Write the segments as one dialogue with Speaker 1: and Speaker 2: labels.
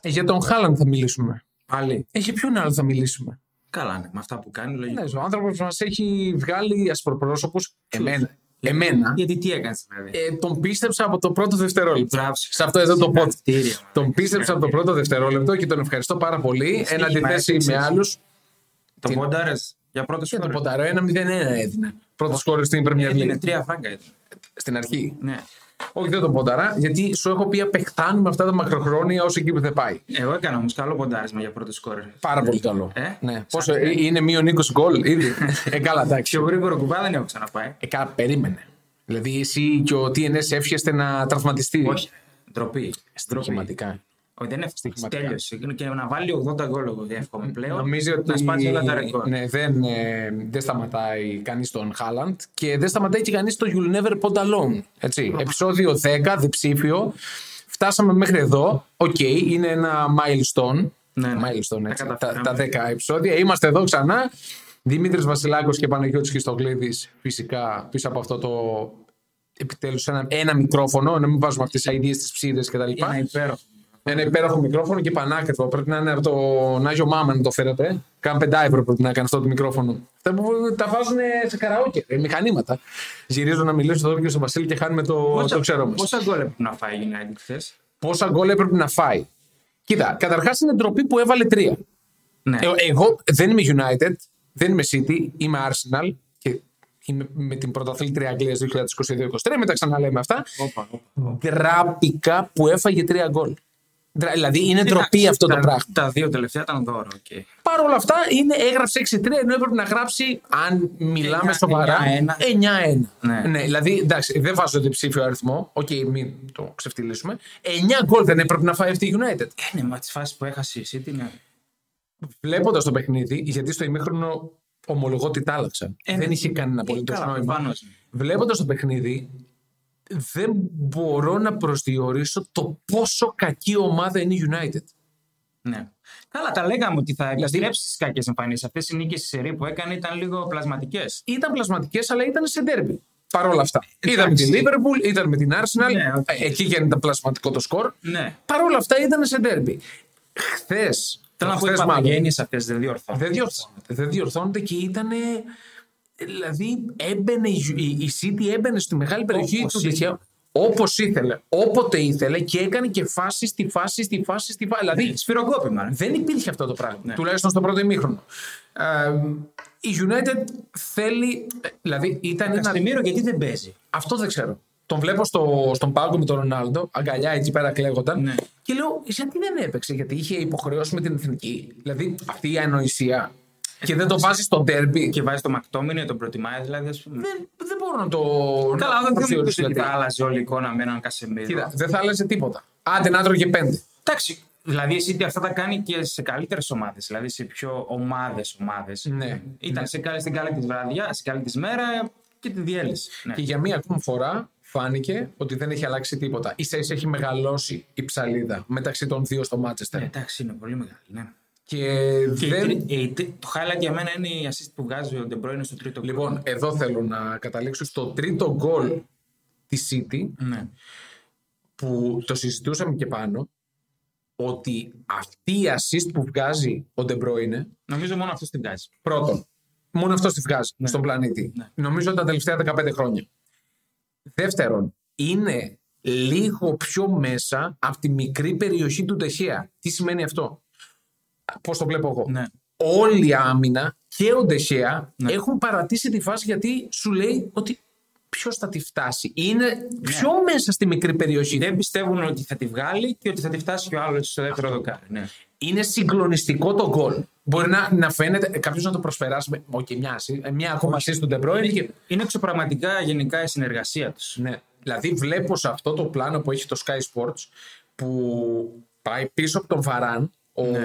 Speaker 1: Ε, Για τον Χάλαντ θα μιλήσουμε. Πάλι. Ε, για ποιον άλλο θα μιλήσουμε.
Speaker 2: Καλά, ναι, με αυτά που κάνει, λογικό.
Speaker 1: Ναι, ο άνθρωπος μας έχει βγάλει ασπροπρόσωπους. Εμένα. Εμένα.
Speaker 2: Γιατί τι έκανες, δηλαδή.
Speaker 1: Ε, τον πίστεψα από το πρώτο δευτερόλεπτο.
Speaker 2: Μπράβο.
Speaker 1: Σε αυτό εδώ το podcast.
Speaker 2: Συγχαρητήρια, μάνα.
Speaker 1: Τον πίστεψα από το πρώτο δευτερόλεπτο και τον ευχαριστώ πάρα πολύ. Εν αντιθέσει με άλλους.
Speaker 2: Το
Speaker 1: Τι-
Speaker 2: πόνταρε για πρώτο
Speaker 1: Και το
Speaker 2: σου.
Speaker 1: πονταρό 1-0-1 έδινε. Πρώτο σκόρ στην Premier
Speaker 2: Είναι
Speaker 1: League.
Speaker 2: Ε, τρία φράγκα. ήταν.
Speaker 1: Στην αρχή.
Speaker 2: Ναι.
Speaker 1: Όχι, δεν τον πονταρά, γιατί σου έχω πει απεχθάνουμε αυτά τα μακροχρόνια όσο εκεί που δεν πάει.
Speaker 2: Εγώ έκανα όμως καλό ποντάρισμα για πρώτο σκόρ.
Speaker 1: Πάρα πολύ καλό.
Speaker 2: Ε,
Speaker 1: ναι.
Speaker 2: σαν-
Speaker 1: Πόσο, ε, είναι μείον 20 γκολ ήδη. ε, καλά, εντάξει.
Speaker 2: Πιο γρήγορο κουβά δεν έχω ξαναπάει.
Speaker 1: Ε, καλά, περίμενε. Δηλαδή, εσύ και ο TNS εύχεστε να τραυματιστεί.
Speaker 2: Όχι. Ντροπή. Ντροπή.
Speaker 1: Στοιχηματικά.
Speaker 2: Όχι, δεν έφτασε.
Speaker 1: Στοιχηματικά.
Speaker 2: Τέλειωσε. Και να βάλει 80 γκολ, εγώ δεν εύχομαι πλέον.
Speaker 1: Νομίζω ότι
Speaker 2: να σπάσει όλα τα ρεκόρ.
Speaker 1: Ναι, δεν, ε, δεν σταματάει κανείς τον Χάλαντ και δεν σταματάει και κανείς το You'll Never Pond Alone. Έτσι. Επισόδιο 10, διψήφιο. Φτάσαμε μέχρι εδώ. Οκ, είναι ένα milestone.
Speaker 2: Ναι, ναι.
Speaker 1: Milestone,
Speaker 2: Τα
Speaker 1: έτσι. Τα,
Speaker 2: καταφέραμε.
Speaker 1: τα 10 επεισόδια. Είμαστε εδώ ξανά. Δημήτρης Βασιλάκος και Παναγιώτης Χρυστοκλήδη, φυσικά πίσω από αυτό το επιτέλους ένα, ένα μικρόφωνο, να μην βάζουμε αυτές τις ideas, τις ψίδες κτλ.
Speaker 2: Ένα υπέροχο.
Speaker 1: Ένα υπέροχο μικρόφωνο και πανάκριβο. Πρέπει να είναι από τον Άγιο Μάμα να το φέρετε. ε. Κάνε πεντάευρο πρέπει να κάνει αυτό το μικρόφωνο. Αυτά που τα βάζουν σε καραόκε, ε, μηχανήματα. Γυρίζω να μιλήσω εδώ και στον Βασίλη και χάνουμε το, το ξέρω μας.
Speaker 2: Πόσα γκολ έπρεπε να φάει η United χθες.
Speaker 1: Πόσα γκολ έπρεπε να φάει. Κοίτα, καταρχάς είναι ντροπή που έβαλε τρία.
Speaker 2: Ναι.
Speaker 1: Ε, εγώ δεν είμαι United, δεν είμαι City, είμαι Arsenal και είμαι με την πρωταθλήτρια Αγγλίας 2022-2023. Μετά ξαναλέμε αυτά.
Speaker 2: Όπα, όπα.
Speaker 1: Ντράπηκα που έφαγε τρία γκολ. Δρα- Δηλαδή είναι ντροπή
Speaker 2: Ε, Εντάξει,
Speaker 1: αυτό το
Speaker 2: τα-
Speaker 1: πράγμα.
Speaker 2: Τα δύο τελευταία ήταν δώρο. οκ. Ε,
Speaker 1: Παρ' όλα αυτά, είναι, έγραψε 6-3, ενώ έπρεπε να γράψει, αν μιλάμε
Speaker 2: Εννιά-
Speaker 1: σοβαρά,
Speaker 2: 9-1.
Speaker 1: 9-1.
Speaker 2: Ναι.
Speaker 1: δηλαδή, εντάξει, δεν βάζω διψήφιο αριθμό. Οκ, μην το ξεφτυλίσουμε. 9 γκολ δεν έπρεπε να φάει αυτή η United.
Speaker 2: Ε, Ναι, μα τις φάσεις που έχασε η City, ναι.
Speaker 1: Βλέποντας το παιχνίδι, γιατί στο ημίχρονο ομολογώ ότι τα άλλαξα.
Speaker 2: Ε,
Speaker 1: δεν
Speaker 2: ναι.
Speaker 1: είχε κανένα
Speaker 2: Ε,
Speaker 1: απολύτω
Speaker 2: καλά,
Speaker 1: νόημα.
Speaker 2: προφανώς. ναι.
Speaker 1: Βλέποντας το παιχνίδι, δεν μπορώ να προσδιορίσω το πόσο κακή ομάδα είναι η United.
Speaker 2: Ναι. Καλά, τα λέγαμε ότι θα επιστρέψει στις κακές εμφανίσεις. Αυτές οι νίκες στη σερή που έκανε ήταν λίγο πλασματικές.
Speaker 1: ήταν πλασματικές, αλλά ήταν σε ντέρμπι. Παρ' όλα αυτά. Είδαμε την Liverpool, ήταν με την Arsenal.
Speaker 2: Ε, Ναι, οκ.
Speaker 1: Ε, Εκεί γίνεται πλασματικό το σκορ.
Speaker 2: Ναι.
Speaker 1: Παρ' όλα αυτά ήταν σε ντέρμπι. Χθες.
Speaker 2: Θέλω να πω ότι παθογένειε αυτές δεν διορθώνουν.
Speaker 1: Δεν διορθώνεται. Δεν διορθώνεται και ήταν. Δηλαδή, έμπαινε, η Ju- η, η City έμπαινε στη μεγάλη περιοχή
Speaker 2: Όπως
Speaker 1: του
Speaker 2: ήθελε.
Speaker 1: Ντεχέα. Όπως ήθελε. Όποτε ήθελε και έκανε και φάση στη φάση στη φάση στη φάση. Δηλαδή,
Speaker 2: Σφυροκόπημα. ρε.
Speaker 1: δεν υπήρχε αυτό το πράγμα.
Speaker 2: Ναι.
Speaker 1: Τουλάχιστον στο πρώτο ημίχρονο. Ε, η United θέλει. Δηλαδή ήταν ένα.
Speaker 2: Καστεμίρο, γιατί δεν παίζει.
Speaker 1: Αυτό δεν ξέρω. Τον βλέπω στο, στον πάγκο με τον Ρονάλντο, αγκαλιά εκεί πέρα κλαίγονταν.
Speaker 2: Ναι.
Speaker 1: Και λέω, γιατί δεν έπαιξε, γιατί είχε υποχρεώσει με την εθνική. Δηλαδή αυτή η ανοησία. Και δεν το βάζεις στο τέρμπι.
Speaker 2: Και βάζεις το Μακτόμινε, τον προτιμάει δηλαδή. Ας πούμε.
Speaker 1: Δεν, δεν μπορώ να το.
Speaker 2: Καλά,
Speaker 1: να το
Speaker 2: δεν θέλω
Speaker 1: θεωρήσω
Speaker 2: να
Speaker 1: γιατί.
Speaker 2: θα άλλαζε όλη η εικόνα με έναν Κασεμίρο.
Speaker 1: Κοίτα, δεν θα άλλαζε τίποτα. Άντε να τρώγε πέντε.
Speaker 2: Εντάξει. Δηλαδή, η City αυτά τα κάνει και σε καλύτερες ομάδες. Δηλαδή, σε πιο ομάδες ομάδες.
Speaker 1: Ναι.
Speaker 2: Ήταν σε καλή, στην καλή της βραδιά, στην καλή της μέρα και τη διέλυση. Ναι.
Speaker 1: Και για μία ακόμη φορά φάνηκε ότι δεν έχει αλλάξει τίποτα. σα ίσα έχει μεγαλώσει η ψαλίδα μεταξύ των δύο στο Μάτσεστερ.
Speaker 2: Ε, Εντάξει, είναι πολύ μεγάλη. Ναι.
Speaker 1: Και,
Speaker 2: Και
Speaker 1: δεν.
Speaker 2: η τρι- η τρι- το highlight για μένα είναι η assist που βγάζει ο De Bruyne στο τρίτο γκολ.
Speaker 1: Λοιπόν, εδώ θέλω να καταλήξω στο τρίτο γκολ της City
Speaker 2: Ναι.
Speaker 1: που το συζητούσαμε και πάνω ότι αυτή η assist που βγάζει ο De Bruyne
Speaker 2: Νομίζω μόνο αυτός την βγάζει.
Speaker 1: Πρώτον, μόνο αυτός τη βγάζει στον πλανήτη.
Speaker 2: Ναι.
Speaker 1: Νομίζω τα τελευταία 15 χρόνια. Δεύτερον, είναι λίγο πιο μέσα από τη μικρή περιοχή του Τεχέα. Τι σημαίνει αυτό. Πώς το βλέπω εγώ.
Speaker 2: Ναι.
Speaker 1: Όλη η άμυνα και ο Ντεχέα
Speaker 2: Ναι.
Speaker 1: έχουν παρατήσει τη φάση γιατί σου λέει ότι ποιος θα τη φτάσει. Είναι
Speaker 2: Ναι.
Speaker 1: πιο μέσα στη μικρή περιοχή.
Speaker 2: Δεν πιστεύουν ότι θα τη βγάλει και ότι θα τη φτάσει και ο άλλος στο δεύτερο δοκάρι. Ναι.
Speaker 1: Είναι συγκλονιστικό το γκολ. Μπορεί να, να φαίνεται κάποιος να το προσφεράσει. με- Οκ, μια, ασύ- μια ακόμα assist του Ντεμπρόιν και
Speaker 2: Είναι εξωπραγματικά γενικά η συνεργασία τους.
Speaker 1: Ναι. Δηλαδή βλέπω σε αυτό το πλάνο που έχει το Sky Sports που πάει πίσω από τον Βαράν, ο ναι.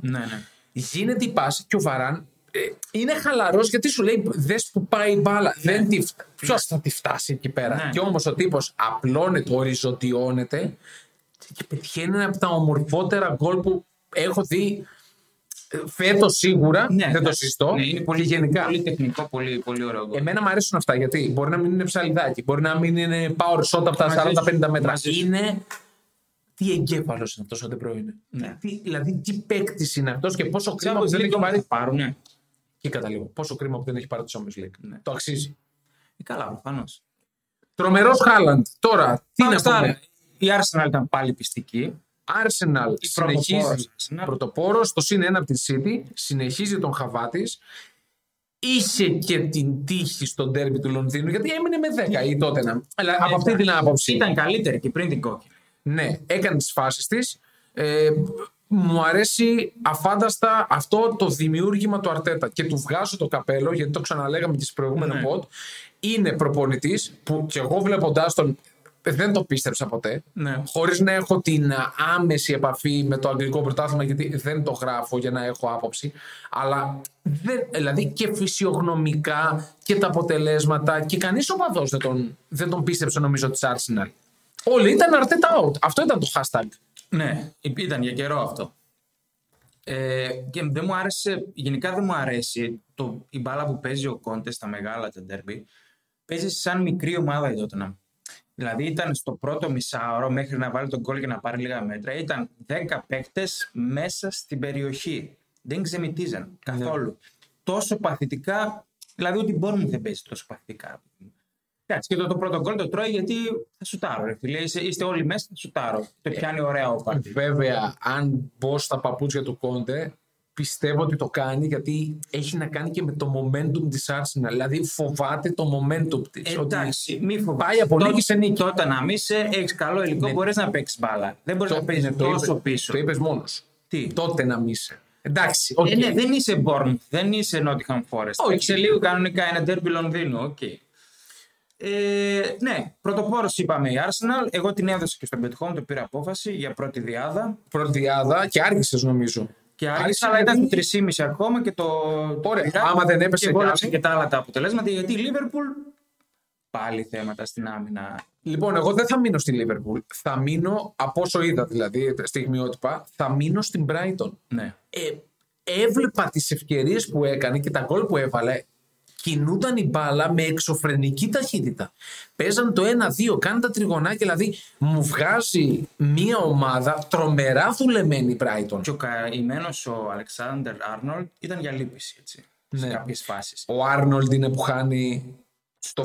Speaker 2: Ναι, ναι.
Speaker 1: γίνεται η πάση και ο Βαράν ε, είναι χαλαρός γιατί σου λέει δες που πάει η μπάλα, δεν τη φτα- ποιος θα τη φτάσει εκεί πέρα.
Speaker 2: Ναι.
Speaker 1: Και όμως ο τύπος απλώνεται, οριζοντιώνεται και πετυχαίνει ένα από τα ομορφότερα γκολ που έχω δει ε, φέτος σίγουρα,
Speaker 2: Ναι,
Speaker 1: δεν το
Speaker 2: εντάξει.
Speaker 1: συζητώ,
Speaker 2: Ναι, είναι
Speaker 1: πολύ γενικά.
Speaker 2: Πολύ Ε, τεχνικό, πολύ, πολύ ωραίο. γκολ.
Speaker 1: Εμένα μου αρέσουν αυτά γιατί μπορεί να μην είναι ψαλιδάκι, μπορεί να μην είναι power shot από τα
Speaker 2: Μαζί σου,
Speaker 1: 40-50 μέτρα.
Speaker 2: μαζί σου.
Speaker 1: Είναι. Τι τι εγκέφαλος είναι αυτός ο Ντεμπρό είναι.
Speaker 2: Ναι.
Speaker 1: Τι, δηλαδή, τι παίκτης είναι αυτός και πόσο κρίμα που
Speaker 2: Champions
Speaker 1: δεν
Speaker 2: League
Speaker 1: έχει
Speaker 2: όμως
Speaker 1: πάρει.
Speaker 2: θα πάρουν. Ναι.
Speaker 1: Και καταλήγω. Πόσο κρίμα που δεν έχει πάρει τη Champions League.
Speaker 2: Ναι.
Speaker 1: Το αξίζει.
Speaker 2: Ε, Καλά, προφανώς.
Speaker 1: Τρομερός Χάλαντ. Τώρα, τι να πούμε.
Speaker 2: Η Arsenal ήταν πάλι πιστική.
Speaker 1: Arsenal
Speaker 2: Η
Speaker 1: συνεχίζει.
Speaker 2: πρωτοπόρος.
Speaker 1: Πρωτοπόρος, το συν ένα από τη City, συνεχίζει τον Χαβάτης. Είχε και την τύχη στον τέρμι του Λονδίνου, γιατί έμεινε με 10 ή τότε να. Αλλά από αυτή την άποψη.
Speaker 2: Ε, Ήταν καλύτερη και πριν την κόκκινη.
Speaker 1: Ναι, έκανε τις φάσεις της. Ε, μου αρέσει αφάνταστα αυτό το δημιούργημα του Αρτέτα και του βγάζω το καπέλο γιατί το ξαναλέγαμε και στις προηγούμενο
Speaker 2: Ναι.
Speaker 1: pod. Είναι προπονητής που και εγώ βλέποντάς τον δεν το πίστεψα ποτέ.
Speaker 2: Ναι.
Speaker 1: Χωρίς να έχω την α, άμεση επαφή με το αγγλικό πρωτάθλημα γιατί δεν το γράφω για να έχω άποψη. Αλλά δεν, δηλαδή και φυσιογνωμικά και τα αποτελέσματα και κανείς οπαδός δεν τον, δεν τον πίστεψε νομίζω της Arsenal. Όλοι ήταν Arteta out. Αυτό ήταν το hashtag.
Speaker 2: Ναι, υ- ήταν για καιρό αυτό. Ε, και δεν μου άρεσε, γενικά δεν μου αρέσει το, η μπάλα που παίζει ο Κόντε στα μεγάλα τα ντέρμπι. Παίζει σαν μικρή ομάδα η Tottenham. Δηλαδή ήταν στο πρώτο μισάωρο μέχρι να βάλει τον κόλ και να πάρει λίγα μέτρα. Ήταν 10 παίκτες μέσα στην περιοχή. Δεν ξεμητίζαν καθόλου. Τόσο παθητικά, δηλαδή ότι μπορούμε δεν παίζει τόσο παθητικά. Εντάξει, και το, το πρώτο γκολ το τρώει γιατί θα σουτάρω. Ρε, φίλε. Είστε, είστε όλοι μέσα, θα σουτάρω. Το πιάνει ωραία ο Παρτί.
Speaker 1: Βέβαια, αν μπω στα παπούτσια του Κόντε, πιστεύω ότι το κάνει γιατί έχει να κάνει και με το momentum της Arsenal. Δηλαδή φοβάται το momentum της. ότι
Speaker 2: Εντάξει, μη φοβάσαι.
Speaker 1: Πάει από
Speaker 2: Τότε-
Speaker 1: νίκη σε νίκη.
Speaker 2: Τότε να μην σε έχεις καλό υλικό,
Speaker 1: Ναι.
Speaker 2: μπορείς να παίξεις μπάλα. Δεν μπορείς να
Speaker 1: Το, ναι,
Speaker 2: παίζεις
Speaker 1: το
Speaker 2: τόσο
Speaker 1: είπε-
Speaker 2: πίσω.
Speaker 1: Το είπες μόνος.
Speaker 2: Τι.
Speaker 1: Τότε να μη είσαι. Εντάξει, οκ.
Speaker 2: Ε, ναι, δεν είσαι Bournemouth, δεν είσαι Nottingham Forest.
Speaker 1: Όχι.
Speaker 2: Όχι, σε λίγο κανονικά ένα derby Λονδίνου. οκ. Ε, ναι, πρωτοπόρος είπαμε η Arsenal. Εγώ την έδωσα και στον Betcom, το πήρα απόφαση για πρώτη διάδα.
Speaker 1: Πρώτη διάδα και άργησες νομίζω.
Speaker 2: Και
Speaker 1: Άρχισε
Speaker 2: άρχισα, αλλά ήταν
Speaker 1: γιατί-
Speaker 2: στο 3,5 ακόμα και το.
Speaker 1: Ωραία,
Speaker 2: πήρα.
Speaker 1: άμα δεν έπεσε
Speaker 2: Και βόλεψε
Speaker 1: κάτι.
Speaker 2: και τα άλλα τα αποτελέσματα γιατί η Liverpool πάλι θέματα στην άμυνα.
Speaker 1: Λοιπόν, εγώ δεν θα μείνω στη Λίβερπουλ. Θα μείνω, από όσο είδα δηλαδή στιγμιότυπα, θα μείνω στην Brighton.
Speaker 2: Ναι.
Speaker 1: ε, έβλεπα τις ευκαιρίες που έκανε και τα γκολ που έβαλε κινούνταν η μπάλα με εξωφρενική ταχύτητα. Παίζαν το 1-2, κάνουν τα τριγωνάκια, δηλαδή μου βγάζει μια ομάδα τρομερά δουλεμένη η Brighton.
Speaker 2: Και ο καημένος ο Αλεξάνδρ Άρνολτ ήταν για λύπηση έτσι, σε
Speaker 1: Ναι.
Speaker 2: κάποιες φάσεις.
Speaker 1: Ο Άρνολντ είναι που χάνει
Speaker 2: Ναι.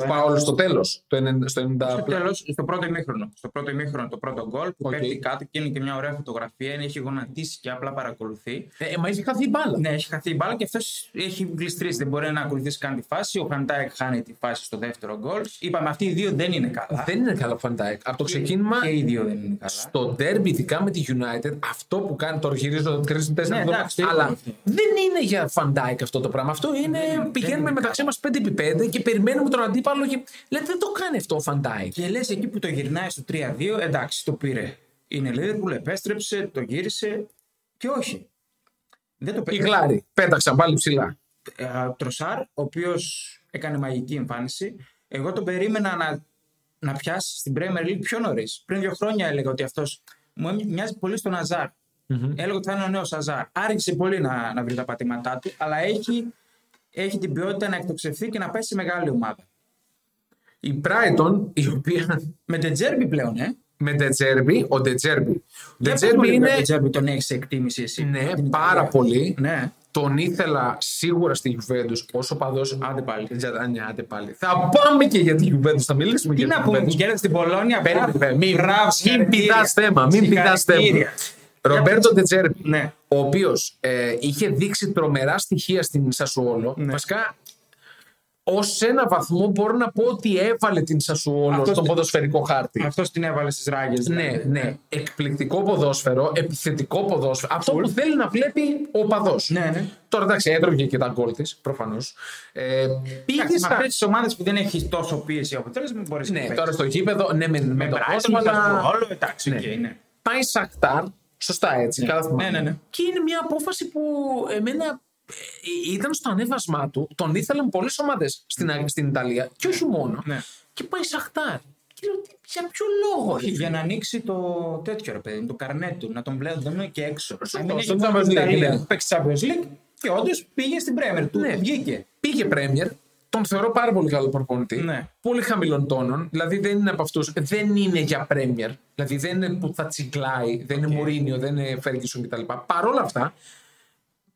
Speaker 1: το φάουλ στο τέλος, το 90, στο 90
Speaker 2: Στο τέλος, στο πρώτο ημίχρονο. Στο πρώτο ημίχρονο, το πρώτο γκολ που
Speaker 1: Οκ.
Speaker 2: πέφτει κάτω και είναι και μια ωραία φωτογραφία. Είναι, έχει γονατίσει και απλά παρακολουθεί.
Speaker 1: Ε, μα έχει χαθεί η μπάλα.
Speaker 2: Ναι, έχει χαθεί η μπάλα και αυτός έχει γλιστρήσει. Δεν μπορεί να ακολουθήσει καν τη φάση. Ο Χαντάικ χάνει τη φάση στο δεύτερο γκολ. Είπαμε αυτοί οι δύο δεν είναι καλά.
Speaker 1: Δεν είναι καλό Φαντάικ. Από το ξεκίνημα
Speaker 2: Και οι δύο δεν είναι καλά.
Speaker 1: στο ντέρμπι, ειδικά με τη United, αυτό που κάνει τώρα γυρίζω το 3-4
Speaker 2: Ναι, Ναι, εντάξει,
Speaker 1: αλλά
Speaker 2: εντάξει.
Speaker 1: δεν είναι για Φαντάικ αυτό το πράγμα. Αυτό είναι πηγαίνουμε μεταξύ μας 5x5 και περιμένουμε τον αντίπαλο. Και... Λέτε δεν το κάνει αυτό ο Φαντάικ.
Speaker 2: Και λες εκεί που το γυρνάει στο 3-2, εντάξει, το πήρε. Είναι Liverpool, επέστρεψε, το γύρισε και όχι. Δεν το
Speaker 1: Η
Speaker 2: πήρε.
Speaker 1: Γκλάρη πέταξαν πάλι ψηλά.
Speaker 2: ε, Τροσάρ, ο οποίος έκανε μαγική εμφάνιση. Εγώ τον περίμενα να, να πιάσει στην Premier League πιο νωρίς. Πριν δύο χρόνια έλεγα ότι αυτός μου έμοι- μοιάζει πολύ στον αζαρ Έλεγα ότι θα είναι ο νέος Αζάρ. Άρχισε πολύ να, να βρει τα πατήματά του, αλλά έχει, έχει την ποιότητα να εκτοξευθεί και να πάει σε μεγάλη ομάδα.
Speaker 1: Η Brighton, η οποία
Speaker 2: Με τον Τζέρμπι πλέον, ε.
Speaker 1: με Ντετζέρμπι, ο Ντετζέρμπι. Ο
Speaker 2: Για πες μου
Speaker 1: Ντετζέρμπι
Speaker 2: λίγο
Speaker 1: είναι.
Speaker 2: τον Τζέρμπι τον έχεις σε εκτίμηση εσύ.
Speaker 1: Ναι,
Speaker 2: Από την
Speaker 1: πάρα
Speaker 2: Ιταλία.
Speaker 1: πολύ.
Speaker 2: Ναι.
Speaker 1: Τον ήθελα σίγουρα στη Juventus όσο παδός
Speaker 2: Άντε πάλι.
Speaker 1: Ναι, άντε πάλι. Θα πάμε και για τη Juventus, θα μιλήσουμε
Speaker 2: Τι
Speaker 1: για
Speaker 2: να
Speaker 1: τη
Speaker 2: πούμε,
Speaker 1: Juventus.
Speaker 2: που κέρδισε την Πολώνια.
Speaker 1: Περίμενε,
Speaker 2: μπράβο,
Speaker 1: περίμενε. Μην,
Speaker 2: μπράβο,
Speaker 1: μην
Speaker 2: συγχαρητήρια.
Speaker 1: πηδάς θέμα. Μην πηδάς θέμα.
Speaker 2: Συγχαρητήρια.
Speaker 1: Ρομπέρτο Τετζέρμπι,
Speaker 2: Ναι.
Speaker 1: ο οποίος είχε δείξει τρομερά στοιχεία στην Σασουόλο.
Speaker 2: Ναι.
Speaker 1: Βασικά, ως ένα βαθμό μπορώ να πω ότι έβαλε την Σασουόλο
Speaker 2: Αυτός-
Speaker 1: στον ποδοσφαιρικό χάρτη.
Speaker 2: Αυτός την έβαλε δηλαδή. στις ράγες.
Speaker 1: Ναι, ναι. Εκπληκτικό ποδόσφαιρο, επιθετικό ποδόσφαιρο. Αυτό που θέλει να βλέπει ο παδό.
Speaker 2: Ναι, ναι.
Speaker 1: Τώρα εντάξει, έτρωγε και τα γκολ της, προφανώς. Ε, πήγε
Speaker 2: Πήγε σε
Speaker 1: στα-
Speaker 2: αυτές τις ομάδες που δεν έχει τόσο πίεση αποτέλεσμα, μπορεί
Speaker 1: Ναι, τώρα στο γήπεδο, ναι, με, με,
Speaker 2: με
Speaker 1: το
Speaker 2: πράσινο,
Speaker 1: κόσμο, αλλά-
Speaker 2: όλο εντάξει.
Speaker 1: Ναι.
Speaker 2: οκ, ναι.
Speaker 1: πάει Σακτάρ. Σωστά έτσι,
Speaker 2: Ναι.
Speaker 1: καλά θυμάμαι.
Speaker 2: Ναι, ναι, ναι.
Speaker 1: Και είναι μια απόφαση που εμένα ε, ήταν στο ανέβασμά του. Τον ήθελαν πολλές ομάδες στην, στην Ιταλία και όχι μόνο.
Speaker 2: Ναι.
Speaker 1: Και πάει Σακτάρ. Και λέω, «Τι- για ποιο λόγο. ρε».
Speaker 2: Για να ανοίξει το τέτοιο ρε παιδί, το καρνέ του, να τον βλέπουν και έξω.
Speaker 1: Σωστό,
Speaker 2: Να μην
Speaker 1: στο
Speaker 2: έχει μόνο
Speaker 1: Champions
Speaker 2: στην
Speaker 1: League,
Speaker 2: Ιταλία.
Speaker 1: ναι.
Speaker 2: Παίξει Champions League και όντως πήγε στην Πρέμερ του.
Speaker 1: Ναι.
Speaker 2: Βγήκε.
Speaker 1: Πήγε Πρέμιερ, το τον θεωρώ πάρα πολύ καλό προπονητή.
Speaker 2: Ναι.
Speaker 1: Πολύ χαμηλών τόνων. Δηλαδή δεν είναι από αυτούς. Δεν είναι για Πρέμιερ. Δηλαδή δεν είναι που θα τσιγκλάει. Δεν είναι Μουρίνιο, δεν είναι Φέργκισον κτλ. Παρ' όλα αυτά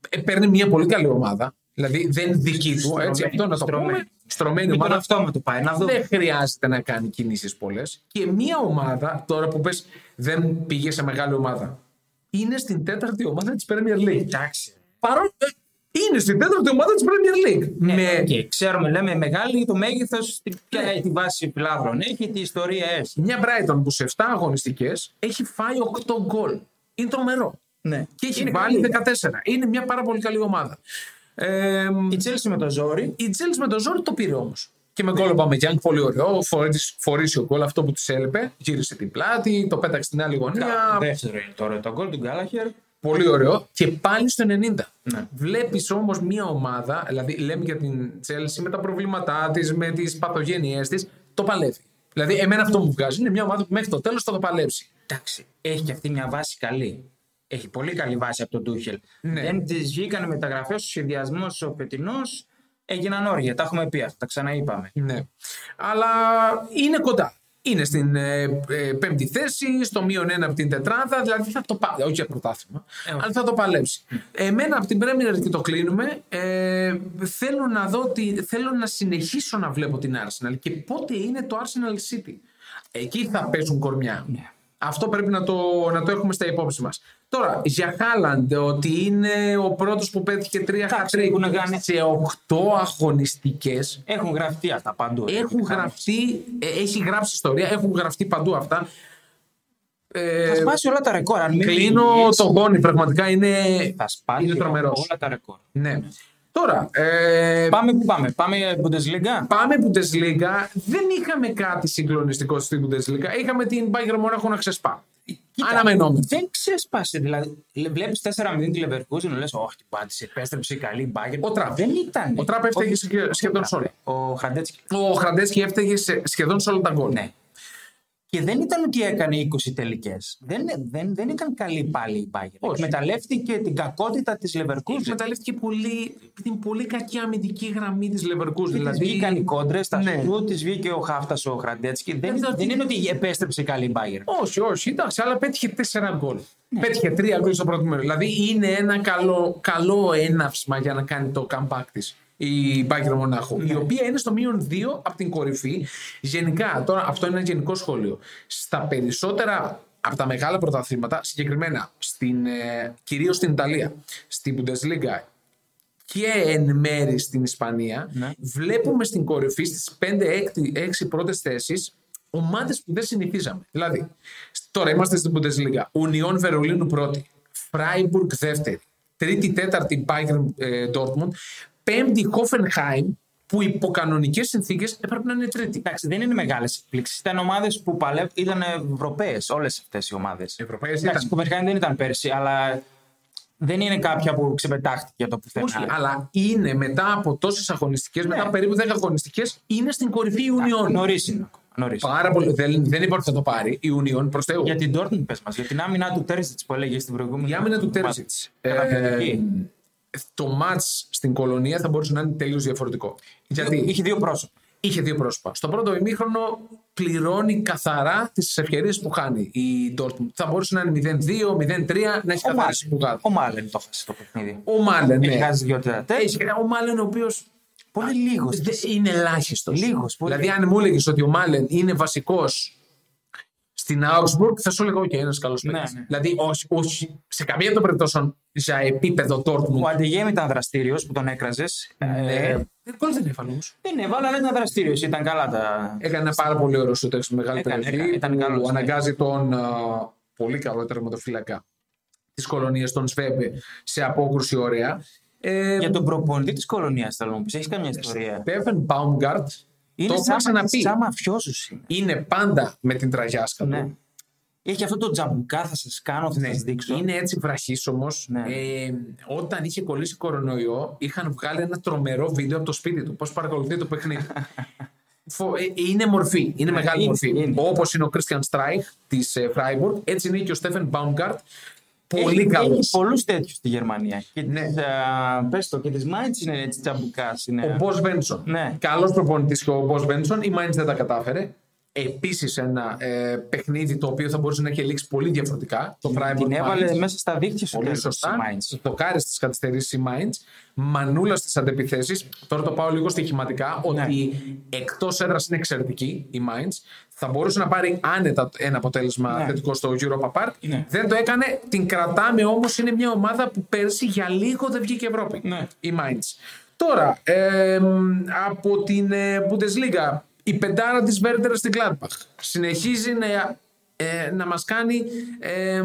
Speaker 1: ε, παίρνει μια πολύ καλή ομάδα. Δηλαδή δεν είναι δική του. Έτσι,
Speaker 2: Στρωμένη,
Speaker 1: αυτό να το
Speaker 2: στρωμένη.
Speaker 1: πούμε. Στρωμένη
Speaker 2: Με τον
Speaker 1: ομάδα.
Speaker 2: αυτόματο πάει. Να δω.
Speaker 1: Δεν χρειάζεται να κάνει κινήσεις πολλές. Και μία ομάδα, τώρα που πες δεν πήγε σε μεγάλη ομάδα, είναι στην τέταρτη ομάδα της Premier League.
Speaker 2: Εντάξει.
Speaker 1: Παρόν. ε, Είναι στην τέταρτη ομάδα της Premier League.
Speaker 2: Ναι,
Speaker 1: με
Speaker 2: οκ. ξέρουμε, λέμε μεγάλη, το μέγεθος,
Speaker 1: Ναι.
Speaker 2: ποια τη βάση πυλάδρων έχει, τι ιστορία έχει.
Speaker 1: μια Brighton που σε 7 αγωνιστικές έχει φάει 8 γκολ. Είναι τρομερό.
Speaker 2: Ναι.
Speaker 1: Και έχει
Speaker 2: Είναι
Speaker 1: βάλει
Speaker 2: καλή.
Speaker 1: 14. Είναι μια πάρα πολύ καλή ομάδα. Ε,
Speaker 2: Η Chelsea με το ζόρι.
Speaker 1: η Τζέλ με τον Ζόρι το πήρε όμως. Και με γκολ ο Παμεγιάνγκ, πολύ ωραίο. Φορείς- Φορήσει ο γκολ αυτό που τη έλεπε. Γύρισε την πλάτη, το πέταξε στην άλλη γωνία.
Speaker 2: Κα- Δεύτερο είναι τώρα το γκολ του Γκάλαχερ.
Speaker 1: Πολύ ωραίο. Και πάλι στο 90.
Speaker 2: Ναι.
Speaker 1: Βλέπεις όμως μια ομάδα, δηλαδή λέμε για την Τσέλση με τα προβλήματά της, με τις παθογένειές της, το παλεύει. Δηλαδή, εμένα αυτό μου βγάζει. Είναι μια ομάδα που μέχρι το τέλος θα το παλέψει.
Speaker 2: Εντάξει, έχει και αυτή μια βάση καλή. Έχει πολύ καλή βάση από τον Τούχελ.
Speaker 1: Ναι.
Speaker 2: Δεν της βγήκαν μεταγραφές, ο σχεδιασμό ο φετινός έγιναν όρια. Τα έχουμε πει αυτά, τα ξαναείπαμε.
Speaker 1: Ναι. Αλλά είναι κοντά. Είναι στην ε, ε, πέμπτη θέση, στο μείον ένα από την τετράδα, δηλαδή θα το παλέψει. Όχι για πρωτάθλημα,
Speaker 2: Ε, όχι. Ναι.
Speaker 1: αλλά θα το παλέψει. Εμένα από την Premier και το κλείνουμε, ε, θέλω, να δω τι, θέλω να συνεχίσω να βλέπω την Arsenal και πότε είναι το Arsenal City. Εκεί θα παίζουν κορμιά.
Speaker 2: Ναι.
Speaker 1: Αυτό πρέπει να το, να το έχουμε στα υπόψη μας. Τώρα, για Χάλαντ, ότι είναι ο πρώτος που πέτυχε τρία
Speaker 2: Εντάξει,
Speaker 1: χατρίκ
Speaker 2: έχουν κάνει-
Speaker 1: σε οκτώ αγωνιστικές.
Speaker 2: Έχουν γραφτεί αυτά παντού.
Speaker 1: Ε, Έχουν γραφτεί, ε, έχει γράψει ιστορία, έχουν γραφτεί παντού αυτά.
Speaker 2: Θα
Speaker 1: Ε,
Speaker 2: σπάσει όλα τα ρεκόρ. Αν μην
Speaker 1: κλείνω
Speaker 2: μιλήσει,
Speaker 1: το γόνι, πραγματικά είναι,
Speaker 2: Θα σπάσει
Speaker 1: είναι τρομερός.
Speaker 2: όλα τα ρεκόρ.
Speaker 1: Ναι. Τώρα, ε,
Speaker 2: Πάμε που πάμε. Πάμε Bundesliga.
Speaker 1: πάμε Bundesliga. Δεν είχαμε κάτι συγκλονιστικό στην Bundesliga. Είχαμε την Bayern Μονάχο να ξεσπά.
Speaker 2: Κοίτα,
Speaker 1: Αναμενόμενο.
Speaker 2: Δεν ξέσπασε. Δηλαδή, βλέπει 4-0 τη Leverkusen, λε, Όχι, την πάτησε. Επέστρεψε η καλή μπάγκερ.
Speaker 1: Ο Τραπ.
Speaker 2: Δεν ήταν.
Speaker 1: Ο Τραπ έφταιγε σχε- σχεδόν σε όλα.
Speaker 2: Ο Χαντέτσκι.
Speaker 1: Ο Χραντέσκι έφταιγε σε- σχεδόν σε όλα τα γκολ.
Speaker 2: Ναι. Και δεν ήταν ότι έκανε 20 τελικές. Δεν, δεν, δεν ήταν καλή πάλι η Bayern.
Speaker 1: Όχι.
Speaker 2: Εκμεταλλεύτηκε την κακότητα της Leverkusen.
Speaker 1: Εκμεταλλεύτηκε πολύ την πολύ κακή αμυντική γραμμή της Leverkusen.
Speaker 2: Δηλαδή,
Speaker 1: Δηλαδή,
Speaker 2: βγήκαν οι κόντρες, τα
Speaker 1: Ναι.
Speaker 2: σου της βγήκε ο Χάφτας ο Χραντέτσκι. Δεν,
Speaker 1: ήταν-
Speaker 2: δεν είναι ότι επέστρεψε καλή η Bayern.
Speaker 1: Όχι, όχι, εντάξει, αλλά πέτυχε τέσσερα γκολ. Πέτυχε τρία γκολ στο πρώτο μέρος. Δηλαδή είναι ένα καλό, καλό έναυσμα για να κάνει το comeback της η Μπάγκερ Μονάχου, η οποία είναι στο μείον 2 από την κορυφή. Γενικά, τώρα αυτό είναι ένα γενικό σχόλιο. Στα περισσότερα από τα μεγάλα πρωταθλήματα, συγκεκριμένα στην, ε, κυρίως στην Ιταλία, στην Bundesliga και εν μέρη στην Ισπανία,
Speaker 2: Ναι.
Speaker 1: βλέπουμε στην κορυφή στις 5-6 πρώτες θέσεις ομάδες που δεν συνηθίζαμε. Δηλαδή, τώρα είμαστε στην Bundesliga. Ουνιόν Βερολίνου πρώτη, Φράιμπουργκ δεύτερη, τρίτη, τέταρτη Bayern ε, Dortmund, πέμπτη Hoffenheim που υπό κανονικές συνθήκες έπρεπε να είναι τρίτη.
Speaker 2: Εντάξει, δεν είναι μεγάλες εκπλήξεις. Ήταν ομάδες που παλεύ... ήταν Ευρωπαίες όλες αυτές οι ομάδες.
Speaker 1: Ευρωπαίες
Speaker 2: Εντάξει, η
Speaker 1: ήταν.
Speaker 2: Κοπενχάγη δεν ήταν πέρσι, αλλά δεν είναι κάποια που ξεπετάχτηκε από το
Speaker 1: Όχι,
Speaker 2: πουθενά.
Speaker 1: αλλά είναι μετά από τόσες αγωνιστικές, μετά περίπου 10 αγωνιστικές, είναι στην κορυφή η Ουνιόν.
Speaker 2: Νωρίς είναι. Νωρίς.
Speaker 1: Πάρα πολύ. Δεν, δεν είπα ότι θα το πάρει η Union προς Θεού.
Speaker 2: Για την Dortmund πες μας, για την άμυνα του Τέρζιτς που έλεγε στην προηγούμενη. Ε,
Speaker 1: Η άμυνα του Ε, Τέρζιτ.
Speaker 2: Καταπληκτική.
Speaker 1: το μάτ στην κολονία θα μπορούσε να είναι τελείως διαφορετικό. Γιατί
Speaker 2: Είχε δύο πρόσωπα.
Speaker 1: είχε δύο πρόσωπα. Στο πρώτο ημίχρονο πληρώνει καθαρά τις ευκαιρίες που χάνει η Dortmund. Θα μπορούσε να είναι 0-2, 0-3, να έχει
Speaker 2: Ο
Speaker 1: καθαρίσει που
Speaker 2: Μάλεν,
Speaker 1: κάτω.
Speaker 2: ο Μάλεν το έχασε το παιχνίδι.
Speaker 1: Ο Μάλεν,
Speaker 2: Έχει
Speaker 1: ναι.
Speaker 2: χάσει δύο τετατέ.
Speaker 1: Έχει- Ο Μάλεν, ο οποίος
Speaker 2: Πολύ λίγος.
Speaker 1: είναι ελάχιστος.
Speaker 2: Λίγος, πολύ.
Speaker 1: Δηλαδή, αν μου έλεγες ότι ο Μάλεν είναι βασικός στην Augsburg, θα σου έλεγα: Όχι, ένας καλός
Speaker 2: Ναι,
Speaker 1: παίκτης.
Speaker 2: ναι.
Speaker 1: Δηλαδή, όχι, όχι, σε καμία των περιπτώσεων για επίπεδο Dortmund.
Speaker 2: Ο Αντεγέμ ήταν δραστήριος που τον έκραζες.
Speaker 1: Ε, Γκολ δεν έβαλε όμω.
Speaker 2: ναι. Δεν έβαλε, αλλά ήταν δραστήριος. Ήταν καλά τα.
Speaker 1: Έκανε ένα πάρα πολύ ωραίο σουτ έξω μεγάλη
Speaker 2: Έκανε,
Speaker 1: περιοχή.
Speaker 2: έκανε, ήταν
Speaker 1: που
Speaker 2: καλός, ναι.
Speaker 1: αναγκάζει τον α, πολύ καλό τερματοφύλακα της κολονίας, τον Σβέμπε, σε απόκρουση ωραία. Ε,
Speaker 2: Για τον προπονητή της κολονίας, θέλω να μου πεις, έχεις καμιά ιστορία.
Speaker 1: Στέφεν Baumgart, το έχουμε ξαναπεί.
Speaker 2: σαν μαφιόζους είναι.
Speaker 1: Είναι πάντα με την τραγιάσκα
Speaker 2: Ναι.
Speaker 1: του.
Speaker 2: Έχει αυτό το τζαμπουκά, θα σας κάνω, θα σας δείξω.
Speaker 1: Ναι. Είναι έτσι βραχή όμω.
Speaker 2: Ναι.
Speaker 1: Ε, όταν είχε κολλήσει κορονοϊό, είχαν βγάλει ένα τρομερό βίντεο από το σπίτι του. Πώς παρακολουθεί το παιχνίδι. Φο- ε, Είναι μορφή, είναι μεγάλη
Speaker 2: Ναι, είναι,
Speaker 1: μορφή.
Speaker 2: είναι.
Speaker 1: ε, Όπως είναι ο Christian Streich της Freiburg, έτσι είναι και ο Στέφεν Baumgart Πολύ
Speaker 2: έχει,
Speaker 1: καλό.
Speaker 2: Έχει πολλούς τέτοιους στη Γερμανία. Και
Speaker 1: Ναι.
Speaker 2: της, α, πες το, και της Μάιτ είναι έτσι τσαμπουκάς.
Speaker 1: Ο
Speaker 2: Είναι.
Speaker 1: Μπό Μπέντσον.
Speaker 2: Ναι.
Speaker 1: Καλός προπονητής και ο Μπό Μπέντσον. Η Μάιντ δεν τα κατάφερε. Επίσης ένα ε, παιχνίδι το οποίο θα μπορούσε να έχει λήξει πολύ διαφορετικά. Το Freiburg
Speaker 2: Την έβαλε
Speaker 1: Mainz.
Speaker 2: μέσα στα δίχτυα σου.
Speaker 1: Πολύ
Speaker 2: τέλος,
Speaker 1: σωστά.
Speaker 2: η Mainz.
Speaker 1: Το κάρις στι καθυστερήσει η Mainz. Μανούλας στις αντεπιθέσεις. Τώρα το πάω λίγο στοιχηματικά
Speaker 2: Ναι.
Speaker 1: ότι εκτός έδρας είναι εξαιρετική η Mainz. Θα μπορούσε να πάρει άνετα ένα αποτέλεσμα
Speaker 2: Ναι.
Speaker 1: θετικό στο Europa Park.
Speaker 2: Ναι.
Speaker 1: Δεν το έκανε. Την κρατάμε όμως. Είναι μια ομάδα που πέρσι για λίγο δεν βγήκε Ευρώπη.
Speaker 2: Ναι.
Speaker 1: Η Mainz. Τώρα, ε, από την ε, Bundesliga, η πεντάρα της Βέρντερ στην Gladbach συνεχίζει να, ε, να μας κάνει, ε,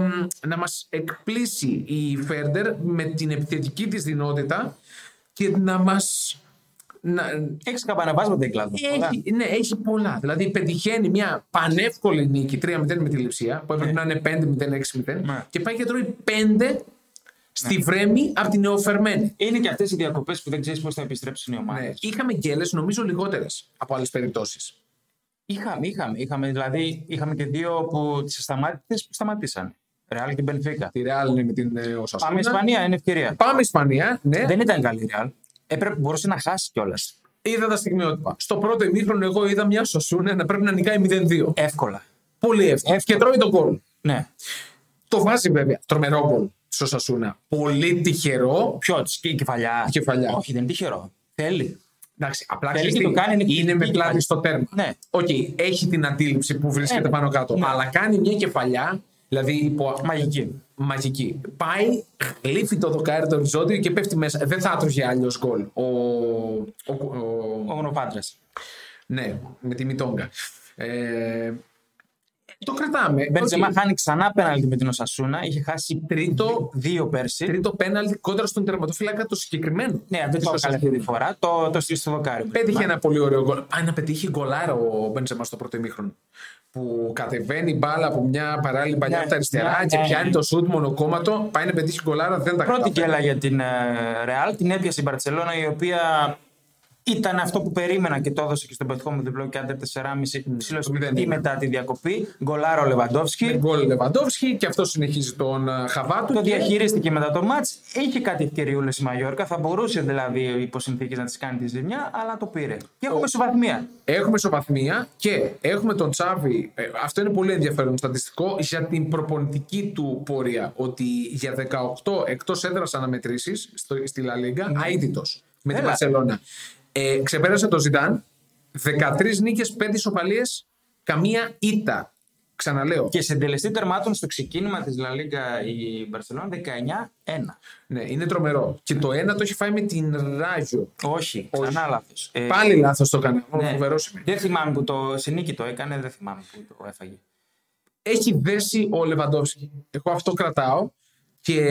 Speaker 1: να μας εκπλήσει η Φέρντερ με την επιθετική της δυνότητα και να μας... Να,
Speaker 2: Έχεις καπανεβάσματα η κλάδο.
Speaker 1: έχει, ναι, έχει πολλά. Δηλαδή, πετυχαίνει μια πανεύκολη νίκη 3-0 με τη Λειψία, που έπρεπε να είναι 5-0-6-0,
Speaker 2: Ναι.
Speaker 1: και πάει και τρώει 5 στη βρέμη από την νεοφερμένη.
Speaker 2: Είναι και αυτές οι διακοπές που δεν ξέρεις πώς θα επιστρέψουν οι ομάδες.
Speaker 1: Ναι. Είχαμε γκέλε, νομίζω, λιγότερες από άλλες περιπτώσεις.
Speaker 2: Είχαμε, είχαμε, είχαμε, δηλαδή, είχαμε και δύο που τις σταμάτητες που σταματήσαν. Ρεάλ και Μπενφίκα.
Speaker 1: Τη Ρεάλ είναι με την ε, Osasuna.
Speaker 2: Πάμε Ισπανία, είναι ευκαιρία.
Speaker 1: Πάμε Ισπανία, ναι.
Speaker 2: Δεν ήταν καλή η Ρεάλ. Έπρεπε, μπορούσε να χάσει κιόλας.
Speaker 1: Είδα τα στιγμιότυπα. Στο πρώτο ημίχρονο, εγώ είδα μια Σασούνα να πρέπει να νικάει 0-2.
Speaker 2: Εύκολα.
Speaker 1: Πολύ εύκολο. Και τρώει τον κόλ.
Speaker 2: Ναι.
Speaker 1: Το βάζει βέβαια. Τρομερό κόλ στο Σασούνα. Πολύ τυχερό.
Speaker 2: Ποιο, της- και η κεφαλιά.
Speaker 1: Η κεφαλιά.
Speaker 2: Όχι, δεν είναι τυχερό. Θέλει.
Speaker 1: Εντάξει, απλά
Speaker 2: Θέλει
Speaker 1: ξέρεις
Speaker 2: και
Speaker 1: τι,
Speaker 2: το κάνει, είναι
Speaker 1: είναι με
Speaker 2: επιθετική
Speaker 1: πλάτη
Speaker 2: πάλι.
Speaker 1: στο τέρμα.
Speaker 2: Ναι.
Speaker 1: Οκ, έχει την αντίληψη που βρίσκεται
Speaker 2: Ναι.
Speaker 1: πάνω κάτω. Αλλά κάνει μια κεφαλιά, δηλαδή υπό
Speaker 2: Μαγική.
Speaker 1: μαγική. Πάει, γλύφει το δοκάρι το οριζόντιο και πέφτει μέσα. Δεν θα έτρωγε άλλος γκολ. Ο, ο,
Speaker 2: Ο
Speaker 1: ο-
Speaker 2: Γνωπάντρα.
Speaker 1: ναι, με τη Μητόγκα. Ε, το κρατάμε.
Speaker 2: Μπερτζεμά
Speaker 1: Οκ.
Speaker 2: χάνει ξανά πέναλτι με την Οσασούνα. Είχε χάσει
Speaker 1: Τρίτο-
Speaker 2: δύο πέρσι.
Speaker 1: Τρίτο πέναλτι κόντρα στον τερματοφύλακα το συγκεκριμένο.
Speaker 2: Ναι, δεν το
Speaker 1: Στο
Speaker 2: έκανε αυτή τη φορά. Το, το στήριξε στο δοκάρι.
Speaker 1: Πέτυχε ένα πολύ ωραίο γκολ. Πάει να πετύχει γκολάρο ο Μπεντζεμά στο πρώτο ημίχρονο. Που κατεβαίνει μπάλα από μια παράλληλη παλιά
Speaker 2: Ναι,
Speaker 1: από τα αριστερά
Speaker 2: ναι,
Speaker 1: και
Speaker 2: ναι.
Speaker 1: πιάνει το σουτ μονοκόμματο. Πάει να πετύχει γκολάρο, δεν τα
Speaker 2: Πρώτη
Speaker 1: κατάφερε.
Speaker 2: γκέλα για την ε, Ρεάλ, την έπιασε η Μπαρσελόνα η οποία ήταν αυτό που περίμενα και το έδωσε και στον πετυχό μου διπλό και άντε 4,5 ψηλός
Speaker 1: το μηδέν είναι.
Speaker 2: μετά τη διακοπή. Γκολάρο Λεβαντόφσκι.
Speaker 1: Γκολ Λεβαντόφσκι και αυτό συνεχίζει τον ε, Χαβάτου.
Speaker 2: Το
Speaker 1: και-
Speaker 2: διαχειρίστηκε μετά το μάτς. Είχε κάτι ευκαιριούλες η Μαγιόρκα. Θα μπορούσε δηλαδή υπό συνθήκε να τη κάνει τη ζημιά, αλλά το πήρε. Και έχουμε σοβαθμία.
Speaker 1: Έχουμε ισοβαθμία και έχουμε τον Τσάβη. ε, Αυτό είναι πολύ ενδιαφέρον στατιστικό για την προπονητική του πορεία. Ότι για 18 εκτός έδρας αναμετρήσεις στη Λα Λίγκα, αίτητος με την
Speaker 2: Ναι. Έλα.
Speaker 1: Παρσελώνα. Ε, ξεπέρασε το Ζιντάν. 13 νίκε, 5 ισοπαλίες, καμία ήττα. Ξαναλέω.
Speaker 2: Και σε εντελεστή τερμάτων στο ξεκίνημα της Λα Λίγκα η Μπαρσελόνα 19-1.
Speaker 1: Ναι, είναι τρομερό. Και το ένα το έχει φάει με την Ράγιο.
Speaker 2: Όχι, ξανά λάθος.
Speaker 1: Πάλι λάθος το έκανε.
Speaker 2: Ε, Ναι.
Speaker 1: Φοβερό είμαι.
Speaker 2: Δεν θυμάμαι που το σε νίκη το έκανε, δεν θυμάμαι που το έφαγε.
Speaker 1: έχει δέσει ο Λεβαντόφσκι. Εγώ αυτό κρατάω. Και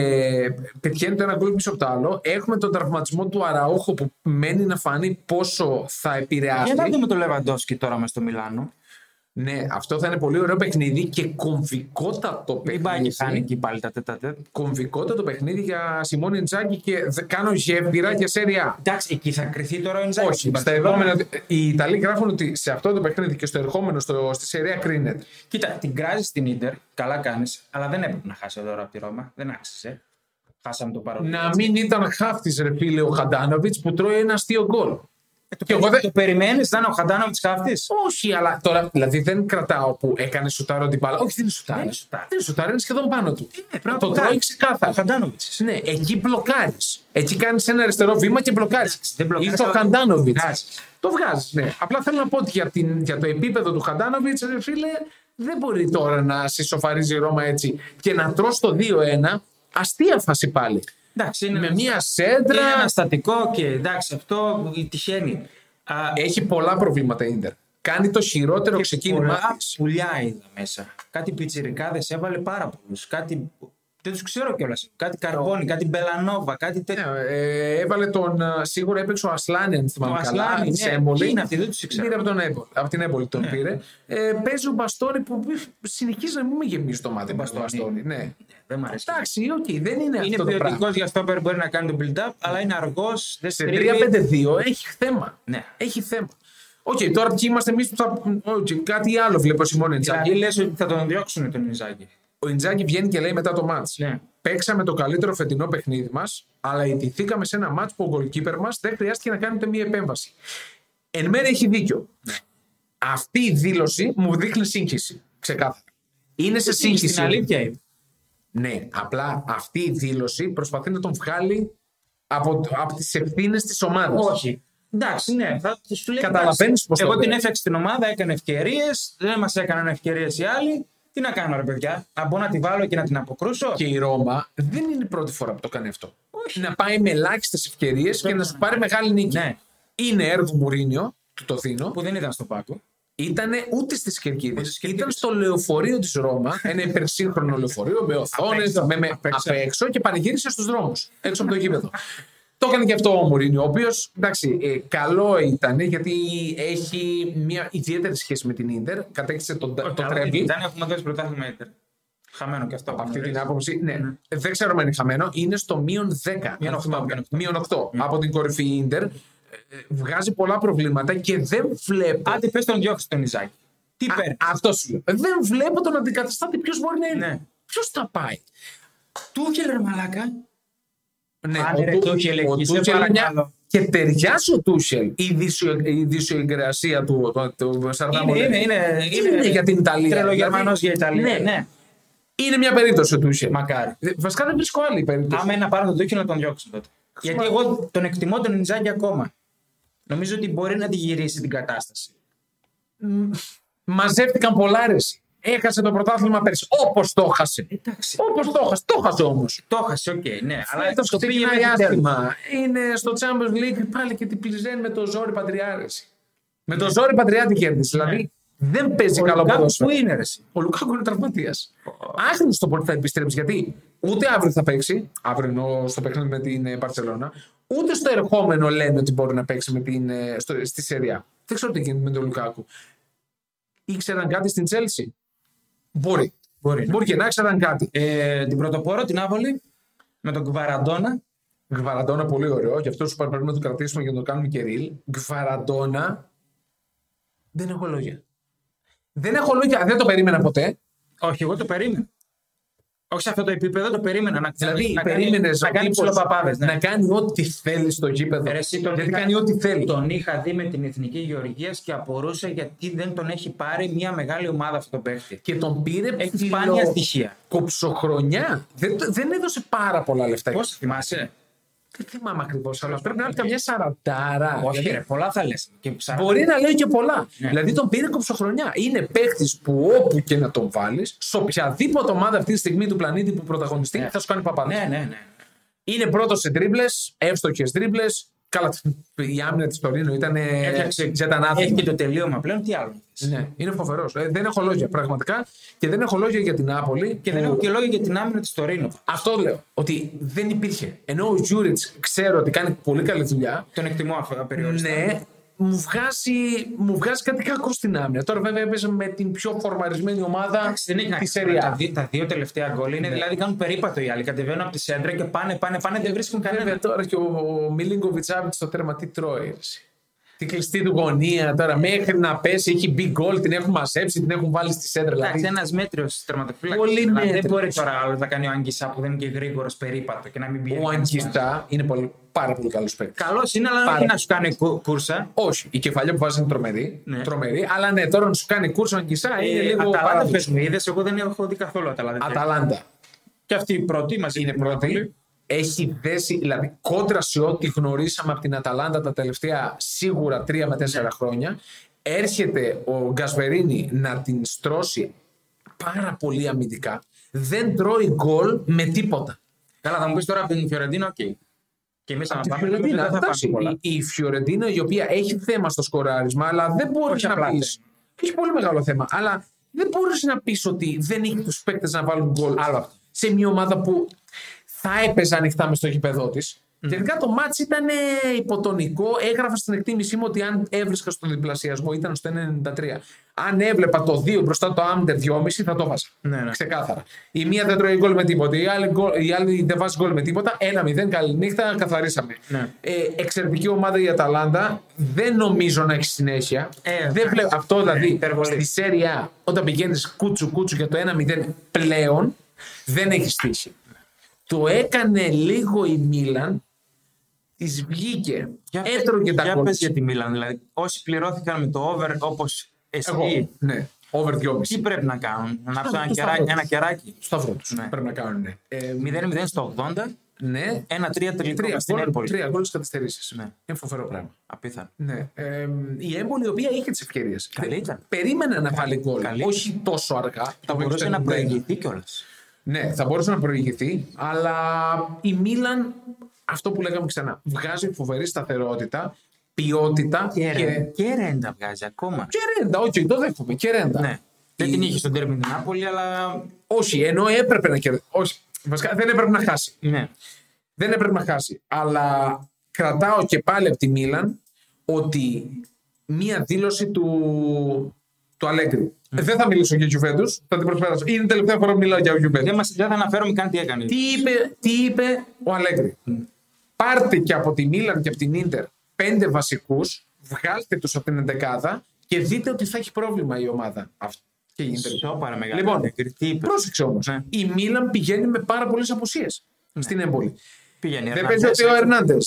Speaker 1: πετυχαίνει το ένα γκολ πίσω από το άλλο. Έχουμε τον τραυματισμό του Αραούχο που μένει να φανεί πόσο θα επηρεάσει.
Speaker 2: Για Ε, να δούμε το Λεβαντόφσκι τώρα μες στο Μιλάνο.
Speaker 1: Ναι, αυτό θα είναι πολύ ωραίο παιχνίδι και κομβικότατο
Speaker 2: Μην πάει και χάνει
Speaker 1: παιχνίδι.
Speaker 2: εκεί πάλι τα τέταρτα.
Speaker 1: Κομβικότατο παιχνίδι για Σιμών Ιντζάκη και δε- κάνω γέφυρα για σέρια.
Speaker 2: Εντάξει, εκεί θα κρυθεί τώρα ο Ιντζάκη.
Speaker 1: Όχι, στα επόμενα- οι Ιταλοί γράφουν ότι σε αυτό το παιχνίδι και στο ερχόμενο στο, στη σερία κρίνεται.
Speaker 2: Κοίτα, την κράζεις στην ντερ, καλά κάνεις, αλλά δεν έπρεπε να χάσει τώρα από τη Ρώμα. Δεν άξιζε. Χάσαμε το παρόν. Ε,
Speaker 1: Να μην ήταν χάφτης ρε φίλε ο Χαντάνοβιτ που τρώει ένα αστείο γκολ.
Speaker 2: το,
Speaker 1: και εγώ δεν-
Speaker 2: το περιμένεις, να είναι ο Χαντάνοβιτ χάφτης.
Speaker 1: Όχι, αλλά τώρα δηλαδή δεν κρατάω που έκανε σουτάρο την μπάλα. Όχι, δεν είναι Ε, ναι, σουτάρο. Δεν
Speaker 2: Δεν είναι σουτάρο.
Speaker 1: είναι σουτάρο, είναι σχεδόν πάνω του.
Speaker 2: πρέπει να
Speaker 1: το
Speaker 2: το κάνει.
Speaker 1: τρώει
Speaker 2: Ο
Speaker 1: ξεκάθαρα.
Speaker 2: Χαντάνοβιτ.
Speaker 1: Ναι, εκεί μπλοκάρεις. Εκεί κάνεις ένα αριστερό βήμα και μπλοκάρεις.
Speaker 2: δεν μπλοκάρεις,
Speaker 1: Ήρθε ο
Speaker 2: αλλά
Speaker 1: Χαντάνοβιτ.
Speaker 2: το βγάζεις.
Speaker 1: Το βγάζεις, ναι. Απλά θέλω να πω ότι για, την, για το επίπεδο του Χαντάνοβιτ, φίλε, δεν μπορεί τώρα να συσσωφαρίζει η Ρώμα έτσι και να τρως το 2-1. Αστεία φάση πάλι.
Speaker 2: Εντάξει, είναι,
Speaker 1: Με
Speaker 2: ένα-
Speaker 1: μία
Speaker 2: είναι
Speaker 1: σέντρα.
Speaker 2: ένα στατικό και εντάξει, αυτό τυχαίνει. Α,
Speaker 1: Έχει πολλά προβλήματα η Ίντερ. Κάνει το χειρότερο ξεκίνημα.
Speaker 2: Πολλά
Speaker 1: της.
Speaker 2: πουλιά είδα μέσα. Κάτι πιτσιρικάδες έβαλε πάρα πολλούς. Κάτι. Δεν τους ξέρω κιόλα. Κάτι Καρβόνι, κάτι Μπελανόβα, κάτι τέτοιο.
Speaker 1: Ναι, ε, έβαλε τον. ε, Σίγουρα έπαιξε ο Ασλάνι, αν θυμάμαι
Speaker 2: Ο
Speaker 1: καλά.
Speaker 2: Ασλάνη,
Speaker 1: της
Speaker 2: ναι.
Speaker 1: Έμπολη.
Speaker 2: Ποιοι είναι αυτοί, δεν τους
Speaker 1: Την
Speaker 2: ήξερα. Ναι.
Speaker 1: Πήρε από, τον Έμπολη, από την Έμπολη τον πήρε. Ε, παίζει ο Μπαστόρη που συνεχίζει να μην με γεμίζει το μάτι. με τον
Speaker 2: Μπαστόνι.
Speaker 1: Μπαστόνι, Ναι.
Speaker 2: Δεν μ' αρέσει.
Speaker 1: Εντάξει, οκ, δεν είναι,
Speaker 2: είναι
Speaker 1: αυτό το πράγμα.
Speaker 2: ποιοτικό για αυτό που μπορεί να κάνει τον build-up, αλλά είναι αργός. Δεν
Speaker 1: Σε
Speaker 2: στρίβει.
Speaker 1: 3-5-2 έχει θέμα.
Speaker 2: Ναι.
Speaker 1: Έχει θέμα. Οκ, τώρα ποιοι είμαστε εμείς που θα. οκ, κάτι άλλο βλέπω Σιμών Εντζάκη.
Speaker 2: Δηλαδή λες ότι θα τον διώξουν τον Ιζάκη.
Speaker 1: Ο Ιντζάκη βγαίνει και λέει μετά το μάτς.
Speaker 2: Ναι.
Speaker 1: Παίξαμε το καλύτερο φετινό παιχνίδι μας, αλλά ιτηθήκαμε σε ένα μάτς που ο γκολκίπερ μας δεν χρειάστηκε να κάνετε μία επέμβαση. Εν μέρει έχει δίκιο.
Speaker 2: Ναι.
Speaker 1: Αυτή η δήλωση μου δείχνει σύγχυση. Ξεκάθαρα. Είναι σε σύγχυση.
Speaker 2: Στην αλήθεια είναι.
Speaker 1: Ναι, απλά αυτή η δήλωση προσπαθεί να τον βγάλει από, από τις ευθύνες της ομάδας.
Speaker 2: Όχι. Εντάξει, ναι, θα σου λέει.
Speaker 1: Καταλαβαίνεις
Speaker 2: εντάξει,
Speaker 1: πώς το
Speaker 2: Εγώ
Speaker 1: λέω.
Speaker 2: την έφτιαξα την ομάδα, έκανε ευκαιρίες, δεν μας έκαναν ευκαιρίες οι άλλοι. Τι να κάνω, ρε παιδιά, να μπω να τη βάλω και να την αποκρούσω.
Speaker 1: Και η Ρώμα δεν είναι η πρώτη φορά που το κάνει αυτό. Να πάει με ελάχιστες ευκαιρίες και να σου πάρει μεγάλη νίκη.
Speaker 2: Ναι.
Speaker 1: Είναι έργο Μουρίνιο, του το δίνω.
Speaker 2: Που δεν ήταν στο πάκο.
Speaker 1: Ήταν ούτε στις Κερκίδες.
Speaker 2: στις Κερκίδες.
Speaker 1: Ήταν στο λεωφορείο της Ρώμα, ένα υπερσύγχρονο λεωφορείο με οθόνε,
Speaker 2: έξω.
Speaker 1: με, με,
Speaker 2: Απ'
Speaker 1: απ'
Speaker 2: έξω.
Speaker 1: έξω και πανηγύρισε στους δρόμους, έξω από το γήπεδο. το έκανε και αυτό ο Μουρίνιο, ο οποίος εντάξει, ε, καλό ήταν γιατί έχει μια ιδιαίτερη σχέση με την ντερ. Κατέκτησε τον, το τρέμπι.
Speaker 2: Δεν έχουμε δώσει πρωτάθλημα Ιντερ. Χαμένο και αυτό. Ε,
Speaker 1: Από αυτή την άποψη, ναι. Δεν ξέρω αν είναι χαμένο. Είναι στο μείον 10.
Speaker 2: Μείον
Speaker 1: αν
Speaker 2: οκτώ,
Speaker 1: θυμάμαι.
Speaker 2: μείον οκτώ. Ναι.
Speaker 1: Μείον 8. Από την κορυφή Ιντερ. Βγάζει πολλά προβλήματα και δεν βλέπω.
Speaker 2: Άντε πες τον διώξει τον Ιζάκη. Τι παίρνεις.
Speaker 1: Αυτό σου λέω. Δεν βλέπω τον αντικαταστάτη. Ποιος μπορεί να είναι.
Speaker 2: Ναι.
Speaker 1: Ποιος θα πάει.
Speaker 2: Τούχελ ρε μαλάκα.
Speaker 1: Ναι,
Speaker 2: Άντε ρε,
Speaker 1: Του-
Speaker 2: Τούχελ, εκεί σε
Speaker 1: Τούχελ είναι μια-
Speaker 2: παρακαλώ.
Speaker 1: Και ταιριάζει ο Τούχελ η δυσιο- η δυσιογκρασία του, του, του Σαρδάμου.
Speaker 2: Είναι, είναι, είναι,
Speaker 1: είναι, για την Ιταλία.
Speaker 2: Τρελογερμανός
Speaker 1: Δηλαδή,
Speaker 2: για Ιταλία.
Speaker 1: Ναι.
Speaker 2: ναι.
Speaker 1: Είναι μια περίπτωση ο Τούχελ.
Speaker 2: Μακάρι.
Speaker 1: Ε, Βασικά δεν βρίσκω άλλη περίπτωση.
Speaker 2: Άμα είναι να πάρω τον Τούχελ να τον διώξω τότε. Γιατί εγώ τον εκτιμώ τον Ιζάκη ακόμα. Νομίζω ότι μπορεί να τη γυρίσει την κατάσταση.
Speaker 1: μαζεύτηκαν πολλά αρέσει. Έχασε το πρωτάθλημα πέρσι. Όπως το έχασε.
Speaker 2: Εντάξει.
Speaker 1: Όπως το έχασε. Το έχασε όμως.
Speaker 2: Το έχασε, οκ, ναι. Αλλά
Speaker 1: Φέτος
Speaker 2: το πήγε
Speaker 1: ξεκινάει
Speaker 2: με άσχημα.
Speaker 1: άσχημα. Είναι στο Champions League πάλι και την πλησιάζει με το ζόρι πατριάρεση. Με το ζόρι πατριάτη κέρδισε. Δηλαδή δεν παίζει καλό
Speaker 2: Πού
Speaker 1: ποδόσφαιρο.
Speaker 2: είναι, ρε. εσύ?
Speaker 1: Ο Λουκάκο είναι τραυματίας. Άγνωστο πότε θα επιστρέψει. Γιατί ούτε αύριο θα παίξει, αύριο εννοώ στο παιχνίδι με την Παρσελώνα, ούτε στο ερχόμενο λένε ότι μπορεί να παίξει με την, ε, στο, στη Σεριά. Δεν ξέρω τι γίνεται με τον Λουκάκο. Ήξεραν κάτι στην Τσέλση. Μπορεί.
Speaker 2: Μπορεί να.
Speaker 1: Μπορεί και να ήξεραν κάτι.
Speaker 2: Ε, την πρωτοπόρο, την Άβολη, με τον Κουβαραντόνα.
Speaker 1: Γκβαραντόνα πολύ ωραίο. Γι' αυτό σου είπα, πρέπει να το κρατήσουμε για να το κάνουμε και ρίλ. Γκβαραντόνα. Δεν έχω λόγια. Δεν έχω λόγια. Δεν το περίμενα ποτέ.
Speaker 2: Όχι, εγώ το περίμενα. Όχι σε αυτό το επίπεδο, το περίμενα. Να,
Speaker 1: Δηλαδή,
Speaker 2: να κάνει-
Speaker 1: περίμενες
Speaker 2: να κάνει ψιλοπαπάδες, ναι. Ε,
Speaker 1: να κάνει ό,τι θέλει στο γήπεδο.
Speaker 2: Ρε, εσύ τον
Speaker 1: Γιατί
Speaker 2: είχα-
Speaker 1: Δηλαδή, κάνει ό,τι θέλει.
Speaker 2: Τον είχα δει με την Εθνική Γεωργίας και απορούσε γιατί δεν τον έχει πάρει μια μεγάλη ομάδα αυτό το παίχτη.
Speaker 1: Και τον πήρε
Speaker 2: Έχει
Speaker 1: φιλο-
Speaker 2: σπάνια στοιχεία.
Speaker 1: Κοψοχρονιά. Δεν, το- δεν έδωσε πάρα πολλά λεφτά.
Speaker 2: Πώς θυμάσαι.
Speaker 1: Δεν θυμάμαι ακριβώς, αλλά πρέπει να είναι καμιά σαραντάρα.
Speaker 2: Όχι,
Speaker 1: Δηλαδή,
Speaker 2: ρε, πολλά θα λες.
Speaker 1: Μπορεί να λέει και πολλά.
Speaker 2: Ναι.
Speaker 1: Δηλαδή τον πήρε κοψοχρονιά. Είναι παίκτης που όπου και να τον βάλεις, σε οποιαδήποτε ομάδα αυτή τη στιγμή του πλανήτη που πρωταγωνιστεί, θα σου κάνει παπάδες.
Speaker 2: Ναι, ναι, ναι.
Speaker 1: Είναι πρώτος σε τρίπλε, εύστοχε τρίπλε. Καλά, η άμυνα της Τωρίνο ήταν ε,
Speaker 2: Έφτιαξε. Ε, Έχει
Speaker 1: ζετανάθλημα.
Speaker 2: και το τελείωμα πλέον, τι άλλο. θες.
Speaker 1: Ναι, είναι φοβερός. δεν έχω λόγια πραγματικά και δεν έχω λόγια για την Νάπολη.
Speaker 2: Και δεν έχω και λόγια για την άμυνα της Τωρίνο.
Speaker 1: Αυτό λέω. Ότι δεν υπήρχε. Ενώ ο Γιούριτ ξέρω ότι κάνει πολύ καλή δουλειά,
Speaker 2: Τον εκτιμώ αυτό απεριόριστα.
Speaker 1: Ναι, μου βγάζει, μου βγάζει κάτι κακό στην άμυνα. Τώρα βέβαια έπαιζε με την πιο φορμαρισμένη ομάδα
Speaker 2: Εντάξει, δεν έχει να
Speaker 1: τη Ναι.
Speaker 2: κάνει. Τα,
Speaker 1: Σεριά.
Speaker 2: δύ- τα δύο τελευταία γκολ είναι δηλαδή κάνουν περίπατο οι άλλοι. Κατεβαίνουν από τη σέντρα και πάνε, πάνε, πάνε, δεν βρίσκουν κανένα.
Speaker 1: Βέβαια δηλαδή, τώρα και ο, ο Μιλίνκοβιτσάβιτ στο τέρμα τι τρώει. έτσι. Τη κλειστή του γωνία τώρα μέχρι να πέσει έχει μπει γκολ, την έχουν μαζέψει, την έχουν βάλει στη σέντρα.
Speaker 2: Εντάξει,
Speaker 1: Δηλαδή,
Speaker 2: ένας μέτριος τερματοφύλακας.
Speaker 1: Πολύ
Speaker 2: Δεν
Speaker 1: μέτριος.
Speaker 2: μπορεί τώρα άλλο να κάνει ο Αγγισά που δεν είναι και γρήγορος περίπατο και να μην πιέζει.
Speaker 1: ο Αγγιστά είναι πολύ, πάρα πολύ καλός παίκτης.
Speaker 2: Καλός είναι, αλλά δεν
Speaker 1: Πάρα.
Speaker 2: έχει να σου κάνει κου- κούρσα.
Speaker 1: Όχι, η κεφαλιά που βάζει είναι τρομερή,
Speaker 2: Ναι.
Speaker 1: τρομερή. Αλλά ναι, τώρα να σου κάνει κούρσο ο Αγγιστά είναι
Speaker 2: Ε,
Speaker 1: λίγο
Speaker 2: Αταλάντα πες
Speaker 1: παράδοξο.
Speaker 2: μου, είδες, εγώ δεν έχω δει καθόλου Αταλάντα.
Speaker 1: Αταλάντα.
Speaker 2: Και αυτή η πρώτη μαζί είναι πρώτη.
Speaker 1: Δηλαδή, Έχει δέσει, δηλαδή κόντρα σε ό,τι γνωρίσαμε από την Αταλάντα τα τελευταία σίγουρα τρία με
Speaker 2: Ναι.
Speaker 1: τέσσερα χρόνια. Έρχεται ο Γκασβερίνη να την στρώσει πάρα πολύ αμυντικά. Δεν τρώει γκολ με τίποτα.
Speaker 2: Καλά, θα μου πεις τώρα από την Φιωρεντίνα, οκ. Και εμείς θα
Speaker 1: Τη
Speaker 2: πάμε.
Speaker 1: Φιωρεντίνα,
Speaker 2: δεν θα
Speaker 1: εντάξει,
Speaker 2: πάμε πολλά.
Speaker 1: η, η Φιωρεντίνα η οποία έχει θέμα στο σκοράρισμα, αλλά δεν μπορείς
Speaker 2: Όχι
Speaker 1: να
Speaker 2: απλά
Speaker 1: πεις.
Speaker 2: θέμα.
Speaker 1: Έχει πολύ μεγάλο θέμα, αλλά δεν μπορείς να πεις ότι δεν έχει τους παίκτες να βάλουν γκολ.
Speaker 2: Άλλο αυτό.
Speaker 1: Σε μια ομάδα που θα έπαιζε ανοιχτά μες στο γήπεδό της. Γενικά το μάτς ήταν ε, υποτονικό. Έγραφα στην εκτίμησή μου ότι αν έβρισκα στον διπλασιασμό ήταν στο 1,93. Αν έβλεπα το 2 μπροστά το άμτερ 2,5 θα το βάσα.
Speaker 2: Ναι, ναι.
Speaker 1: Ξεκάθαρα. Η μία δεν τρώει γκολ με τίποτα. Η άλλη, γκολ- η άλλη δεν βάζει γκολ με τίποτα. 1-0. Καληνύχτα. Καθαρίσαμε.
Speaker 2: Ναι.
Speaker 1: Ε, εξαιρετική ομάδα η Αταλάντα. Δεν νομίζω να έχει συνέχεια.
Speaker 2: Ε,
Speaker 1: δεν βλέπω, αυτό δηλαδή
Speaker 2: υπερβολή.
Speaker 1: στη Σέρια όταν πηγαίνεις κούτσου κούτσου για το 1-0 πλέον δεν έχεις τύχει. Το έκανε λίγο η Μίλαν, της βγήκε.
Speaker 2: Για,
Speaker 1: Έτρωγε τα
Speaker 2: για
Speaker 1: κόλπα.
Speaker 2: πες για τη Μίλαν, δηλαδή. Όσοι πληρώθηκαν με το over όπως εσύ,
Speaker 1: Εγώ. Ναι, over 2,5.
Speaker 2: τι πρέπει να κάνουν, να
Speaker 1: το
Speaker 2: ψάξουν ένα,
Speaker 1: σταυρό
Speaker 2: κεράκι-
Speaker 1: τους.
Speaker 2: ένα κεράκι.
Speaker 1: Σταυρό τους
Speaker 2: Ναι.
Speaker 1: πρέπει να κάνουν. ναι. Ε,
Speaker 2: 0-0 στο 80,
Speaker 1: ναι,
Speaker 2: 1-3 τελικό
Speaker 1: τρία
Speaker 2: μες στην
Speaker 1: γκολ,
Speaker 2: Έρπολη.
Speaker 1: τρία γκολ καθυστερήσεις.
Speaker 2: Ναι.
Speaker 1: Είναι φοβερό πράγμα.
Speaker 2: Απίθανο.
Speaker 1: Ναι. Ε, η έμπολη η οποία είχε τις ευκαιρίες.
Speaker 2: Καλή ήταν.
Speaker 1: Περίμενε να βάλει γκολ.
Speaker 2: Καλή.
Speaker 1: Όχι τόσο αργά.
Speaker 2: Θα μπορούσε να
Speaker 1: 61.
Speaker 2: προηγηθεί κιόλας.
Speaker 1: Ναι, θα μπορούσε να προηγηθεί, αλλά η Μίλαν, αυτό που λέγαμε ξανά, βγάζει φοβερή σταθερότητα, ποιότητα και, και...
Speaker 2: Και ρέντα βγάζει ακόμα.
Speaker 1: ρέντα. Όχι, το δέχομαι. Και ρέντα.
Speaker 2: Ναι. Δεν την είχε στον τέρμι την Νάπολη, αλλά.
Speaker 1: Όχι, ενώ έπρεπε να κερδίσει. Όχι, βασικά δεν έπρεπε να χάσει.
Speaker 2: Ναι.
Speaker 1: Δεν έπρεπε να χάσει. Αλλά κρατάω και πάλι από τη Μίλαν ότι μία δήλωση του, του Αλέγκρι. Ε, Δεν θα μιλήσω για Juventus, θα την προσπεράσω. Είναι η τελευταία φορά που μιλάω για Juventus.
Speaker 2: Δεν, μας, δεν θα αναφέρομαι καν τι έκανε.
Speaker 1: Τι είπε, τι είπε ο Αλέγκρι. Πάρτε και από τη Μίλαν και από την Ίντερ πέντε βασικούς, βγάλτε τους από την 11 και δείτε ότι θα έχει πρόβλημα η ομάδα. Αυτό. Και η Ίντερ.
Speaker 2: Σόπαρα μεγάλη.
Speaker 1: Λοιπόν,
Speaker 2: τι είπες.
Speaker 1: πρόσεξε όμως.
Speaker 2: Ναι.
Speaker 1: Η Μίλαν πηγαίνει με πάρα πολλές απουσίες στην έμπολη.
Speaker 2: Πήγαινε.
Speaker 1: Δεν
Speaker 2: Ερνάντες.
Speaker 1: παίζει ότι ο Ερνάντε.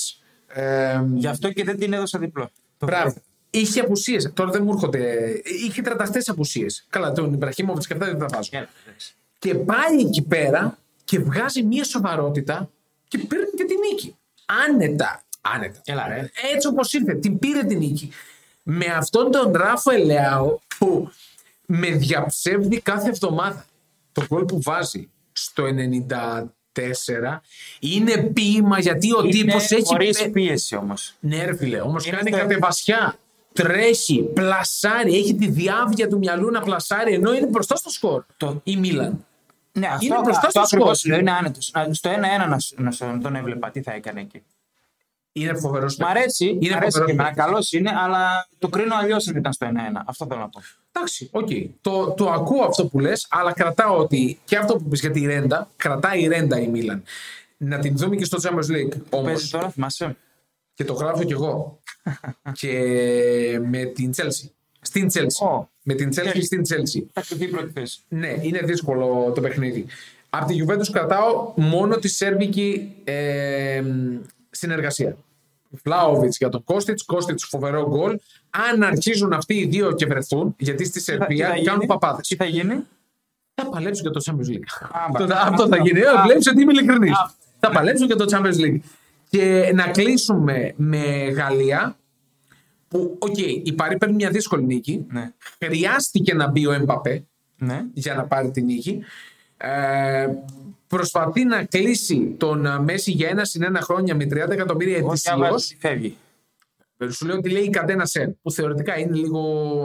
Speaker 2: Γι' αυτό και δεν την έδωσα διπλό. Το
Speaker 1: Μπράβο.
Speaker 2: βρήκα.
Speaker 1: Είχε απουσίες. Τώρα δεν μου έρχονται. Είχε τραταστές απουσίες. Καλά, τον Ιμπραχήμοβιτ και αυτά δεν τα βάζω.
Speaker 2: Έλα, Ε, εντάξει.
Speaker 1: Και πάει εκεί πέρα και βγάζει μια σοβαρότητα και παίρνει και τη νίκη. Άνετα. Άνετα.
Speaker 2: Έλα, ρε.
Speaker 1: Έτσι όπως ήρθε, την πήρε την νίκη. Με αυτόν τον Ράφο Ελεάο που με διαψεύδει κάθε εβδομάδα. Το γκολ που βάζει στο 94 είναι ποίημα γιατί ο τύπος έχει. πε-
Speaker 2: Χωρί πίεση όμως.
Speaker 1: ναι, ρε φίλε, όμως
Speaker 2: Είναι
Speaker 1: κάνει
Speaker 2: στο-
Speaker 1: κατεβασιά. Τρέχει, πλασάρει, έχει τη διάβια του μυαλού να πλασάρει ενώ είναι μπροστά στο σκορ.
Speaker 2: Το-
Speaker 1: Η Μίλαν.
Speaker 2: Ναι, αυτό,
Speaker 1: Είναι μπροστά
Speaker 2: αυτό
Speaker 1: στο
Speaker 2: ακριβώ
Speaker 1: σκορ.
Speaker 2: σου λέω. Είναι άνετος. Στο ένα-ένα να, σ- να, σ- να τον έβλεπα. Τι θα έκανε εκεί.
Speaker 1: Είναι φοβερός.
Speaker 2: Μ' αρέσει,
Speaker 1: Είναι
Speaker 2: μ αρέσει
Speaker 1: φοβερός
Speaker 2: και εμένα.
Speaker 1: παίκτης.
Speaker 2: Καλός είναι, αλλά το κρίνω αλλιώς αν ήταν στο 1-1. Αυτό θέλω να πω.
Speaker 1: Εντάξει, οκ. Το, το ακούω αυτό που λες, αλλά κρατάω ότι και αυτό που πεις για τη Ρέντα, κρατάει η Ρέντα η Μίλαν. Να την δούμε και στο Champions League. Όμως.
Speaker 2: Παίζει τώρα, θυμάσαι.
Speaker 1: Και το γράφω κι εγώ. και με την Τσέλσι. Στην Τσέλσι.
Speaker 2: Ω.
Speaker 1: Με την Τσέλσι στην Τσέλσι.
Speaker 2: Θα κρυφτεί η πρώτη θέση.
Speaker 1: Ναι, είναι δύσκολο το παιχνίδι. Από τη Juventus κρατάω μόνο τη σέρβικη ε, συνεργασία. Βλάοβιτ για τον Κώστιτ, Κώστιτ φοβερό γκολ. Αν αρχίζουν αυτοί οι δύο και βρεθούν, γιατί στη
Speaker 2: Τι θα
Speaker 1: Σερβία
Speaker 2: γίνει?
Speaker 1: Ε, κάνουν παπάδες.
Speaker 2: Τι θα γίνει.
Speaker 1: Θα παλέψουν για το Champions League.
Speaker 2: Α,
Speaker 1: Αυτό-
Speaker 2: μπα.
Speaker 1: Αυτό θα
Speaker 2: Α,
Speaker 1: γίνει.
Speaker 2: α,
Speaker 1: Βλέπεις ότι είμαι ειλικρινής.
Speaker 2: α,
Speaker 1: Θα παλέψουν για το Champions League. Και να κλείσουμε με Γαλλία. Που, οκ, η Παρή παίρνει μια δύσκολη νίκη.
Speaker 2: Ναι.
Speaker 1: Χρειάστηκε να μπει ο Εμπαπέ
Speaker 2: Ναι.
Speaker 1: για να πάρει την νίκη. Ε, προσπαθεί να κλείσει τον ε, Μέση για ένα συν ένα χρόνια με 30 εκατομμύρια
Speaker 2: Εγώ
Speaker 1: ετησίως.
Speaker 2: διαβάζω ότι φεύγει.
Speaker 1: Σου λέω ότι λέει η Καντένα Σεν, που θεωρητικά είναι λίγο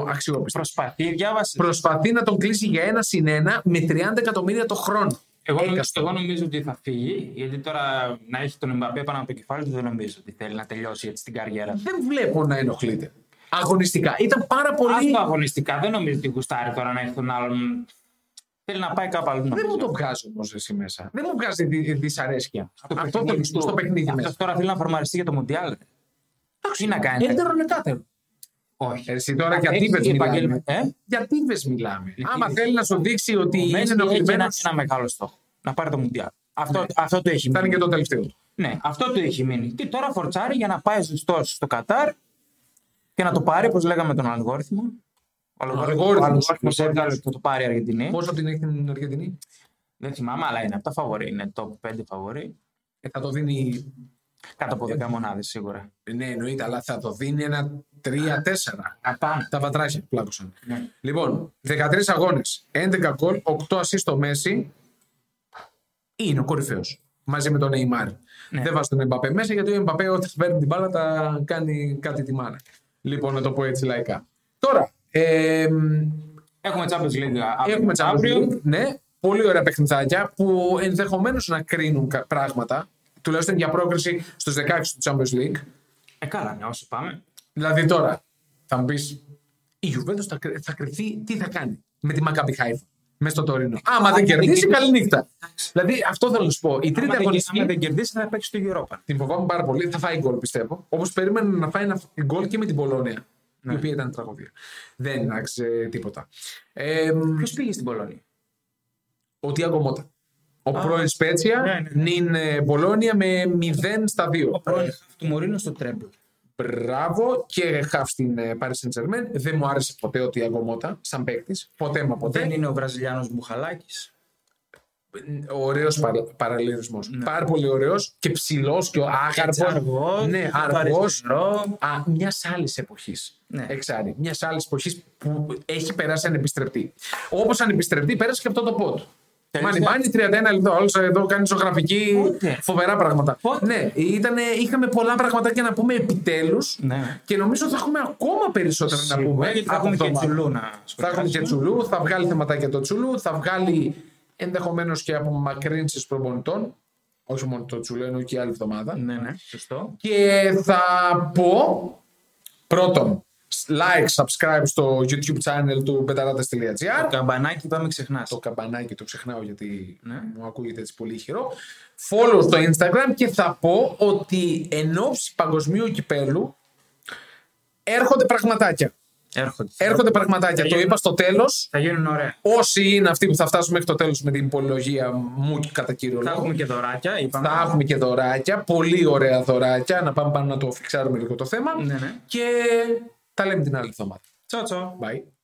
Speaker 1: αξιόπιστο.
Speaker 2: Προσπαθεί, διάβασε.
Speaker 1: Προσπαθεί να τον κλείσει για ένα συν ένα με 30 εκατομμύρια το χρόνο. Ε,
Speaker 2: Εγώ, νομίζω,
Speaker 1: Έκαστο.
Speaker 2: Ε, εγώ νομίζω ότι θα φύγει, γιατί τώρα να έχει τον Εμπαπέ πάνω από το κεφάλι του δεν νομίζω ότι θέλει να τελειώσει έτσι την καριέρα του.
Speaker 1: Δεν βλέπω να ενοχλείται. Αγωνιστικά. Ήταν πάρα πολύ.
Speaker 2: Άστο αγωνιστικά, δεν νομίζω ότι γουστάρει τώρα να έχει τον άλλον. Θέλει να πάει κάπου αλλού.
Speaker 1: Δεν
Speaker 2: νομίζω.
Speaker 1: μου το βγάζει όμως εσύ μέσα. Δεν μου βγάζει δι- δυσαρέσκεια.
Speaker 2: Το
Speaker 1: Αυτό
Speaker 2: παιχνίδι
Speaker 1: το
Speaker 2: του.
Speaker 1: στο παιχνίδι
Speaker 2: Αυτός
Speaker 1: μέσα.
Speaker 2: τώρα θέλει να φορμαριστεί για το Μοντιάλ. ρε. Τι να κάνει.
Speaker 1: Έντερο είναι κάτερο.
Speaker 2: Όχι.
Speaker 1: Εσύ τώρα για
Speaker 2: Έχει
Speaker 1: τύπες μιλάμε.
Speaker 2: επαγγέλμα- Ε?
Speaker 1: Για τύπες μιλάμε.
Speaker 2: Λοιπόν,
Speaker 1: Άμα θέλει να σου δείξει ότι
Speaker 2: Ο
Speaker 1: είναι
Speaker 2: Μέση έχει ένα,
Speaker 1: ενοχλημένος,
Speaker 2: ένα μεγάλο στόχο. Να πάρει το Μουντιάλ. Αυτό, αυτό το έχει
Speaker 1: θα είναι
Speaker 2: μείνει.
Speaker 1: και το τελευταίο. του.
Speaker 2: Ναι, αυτό το έχει μείνει. Τι τώρα φορτσάρει για να πάει ζεστό στο Κατάρ και να το πάρει, όπως λέγαμε τον αλγόριθμο. Ο
Speaker 1: αλγόριθμος,
Speaker 2: αλγόριθμος
Speaker 1: ο αλγόριθμος.
Speaker 2: έβγαλε και το πάρει η Αργεντινή.
Speaker 1: Πόσο την έχει την Αργεντινή,
Speaker 2: Δεν θυμάμαι, αλλά είναι από τα φαβορή. Είναι top 5 φαβορή.
Speaker 1: ε, θα το δίνει.
Speaker 2: Κάτω από 10 μονάδες σίγουρα.
Speaker 1: Ναι, εννοείται, αλλά θα το δίνει ένα 3-4.
Speaker 2: Να πάμε.
Speaker 1: Τα βατράχια που πλάκωσαν.
Speaker 2: Ναι.
Speaker 1: Λοιπόν, 13 αγώνε, 11 γκολ, 8 ασύ στο Μέση. Είναι ο κορυφαίος. Μαζί με τον Νεϊμάρ. Δεν βάζει τον Εμπαπέ μέσα γιατί ο Εμπαπέ όταν παίρνει την μπάλα τα κάνει κάτι τη μάνα. Λοιπόν, να το πω έτσι λαϊκά. Τώρα, ε,
Speaker 2: Έχουμε Champions League αύριο.
Speaker 1: Έχουμε Champions League, ναι. Πολύ ωραία παιχνιδάκια που ενδεχομένως να κρίνουν κα- πράγματα. τουλάχιστον για πρόκριση στους 16 του Champions League.
Speaker 2: Ε, καλά, ναι, όσο πάμε.
Speaker 1: Δηλαδή τώρα θα μου πεις η Juventus θα, κρυ- θα κρυφτεί τι θα κάνει με τη Maccabi Haifa μέσα στο Τωρίνο. Άμα δεν
Speaker 2: δεν
Speaker 1: κερδίσει,
Speaker 2: κερδίσει-
Speaker 1: καλή νύχτα. Δηλαδή αυτό θέλω να σου πω. Η
Speaker 2: Άμα
Speaker 1: τρίτη
Speaker 2: δεν-
Speaker 1: αγωνιστική
Speaker 2: άμα δεν κερδίσει, θα παίξει το Europa.
Speaker 1: την φοβάμαι πάρα πολύ. Θα φάει γκολ πιστεύω. Όπως περίμενα να φάει ένα γκολ και με την Πολωνία.
Speaker 2: Ναι.
Speaker 1: Η οποία ήταν τραγωδία. Δεν άξιζε τίποτα. Ε,
Speaker 2: Ποιος πήγε στην Πολωνία.
Speaker 1: ο Τιάγκο Μότα. Ο πρώην Σπέτσια
Speaker 2: Ναι, ναι,
Speaker 1: νυν ε, Μπολόνια με 0 στα 2.
Speaker 2: Ο πρώην χαφ του Μωρίνο στο Τρέμπλ.
Speaker 1: Μπράβο και χαφ στην ε, Paris Saint Germain. Δεν μου άρεσε ποτέ ο Τιάγκο Μότα σαν παίκτης. Ποτέ μα ποτέ.
Speaker 2: Δεν είναι ο Βραζιλιάνος Μπουχαλάκης.
Speaker 1: Ωραίο παραλληλισμός.
Speaker 2: Ναι.
Speaker 1: Πάρα πολύ ωραίος και ψηλός και άγαρπο.
Speaker 2: Αργό.
Speaker 1: Ναι, αργό. Μιας άλλης εποχής.
Speaker 2: Ναι.
Speaker 1: Εξάρι. Μιας άλλης εποχής που έχει περάσει ανεπιστρεπτή. Όπως ανεπιστρεπτή πέρασε και αυτό το πόντ. Μάνι,
Speaker 2: Τελευταία-
Speaker 1: μάνι, 31 λεπτά. Όλος εδώ κάνεις ζωγραφική.
Speaker 2: Πότε?
Speaker 1: Φοβερά πράγματα.
Speaker 2: Πότε?
Speaker 1: Ναι, ήτανε, είχαμε πολλά πραγματάκια να πούμε επιτέλους.
Speaker 2: Ναι.
Speaker 1: Και νομίζω θα έχουμε ακόμα περισσότερα να πούμε.
Speaker 2: γιατί θα
Speaker 1: από
Speaker 2: έχουμε και
Speaker 1: εβδομάδα.
Speaker 2: Τσουλού να
Speaker 1: Θα έχουμε και Τσουλού, θα βγάλει θεματάκια το Τσουλού, θα βγάλει ενδεχομένως και απομακρύνσει προπονητών. Όχι μόνο το Τσουλού, εννοώ και άλλη εβδομάδα.
Speaker 2: Ναι, ναι, σωστό.
Speaker 1: Και θα πω πρώτον, like, subscribe στο YouTube channel του
Speaker 2: Το
Speaker 1: πεταράδε.gr.
Speaker 2: καμπανάκι είπαμε ξεχνάς.
Speaker 1: Το καμπανάκι το ξεχνάω γιατί
Speaker 2: Ναι.
Speaker 1: μου ακούγεται έτσι πολύ χειρό. Follow στο Instagram και θα πω ότι εν ώψη παγκοσμίου κυπέλου έρχονται πραγματάκια.
Speaker 2: Έρχονται.
Speaker 1: Έρχονται πραγματάκια. Το είπα στο τέλος.
Speaker 2: Θα γίνουν ωραία.
Speaker 1: Όσοι είναι αυτοί που θα φτάσουν μέχρι το τέλος με την υπολογία μου και κατά κύριο
Speaker 2: Θα
Speaker 1: λόγο.
Speaker 2: έχουμε και δωράκια. Είπαμε.
Speaker 1: Θα έχουμε και δωράκια, πολύ ωραία δωράκια. Να πάμε πάνω να το φιξάρουμε λίγο το θέμα.
Speaker 2: Ναι, ναι.
Speaker 1: Και τα λέμε την άλλη εβδομάδα.
Speaker 2: Τσο, τσο.
Speaker 1: Bye.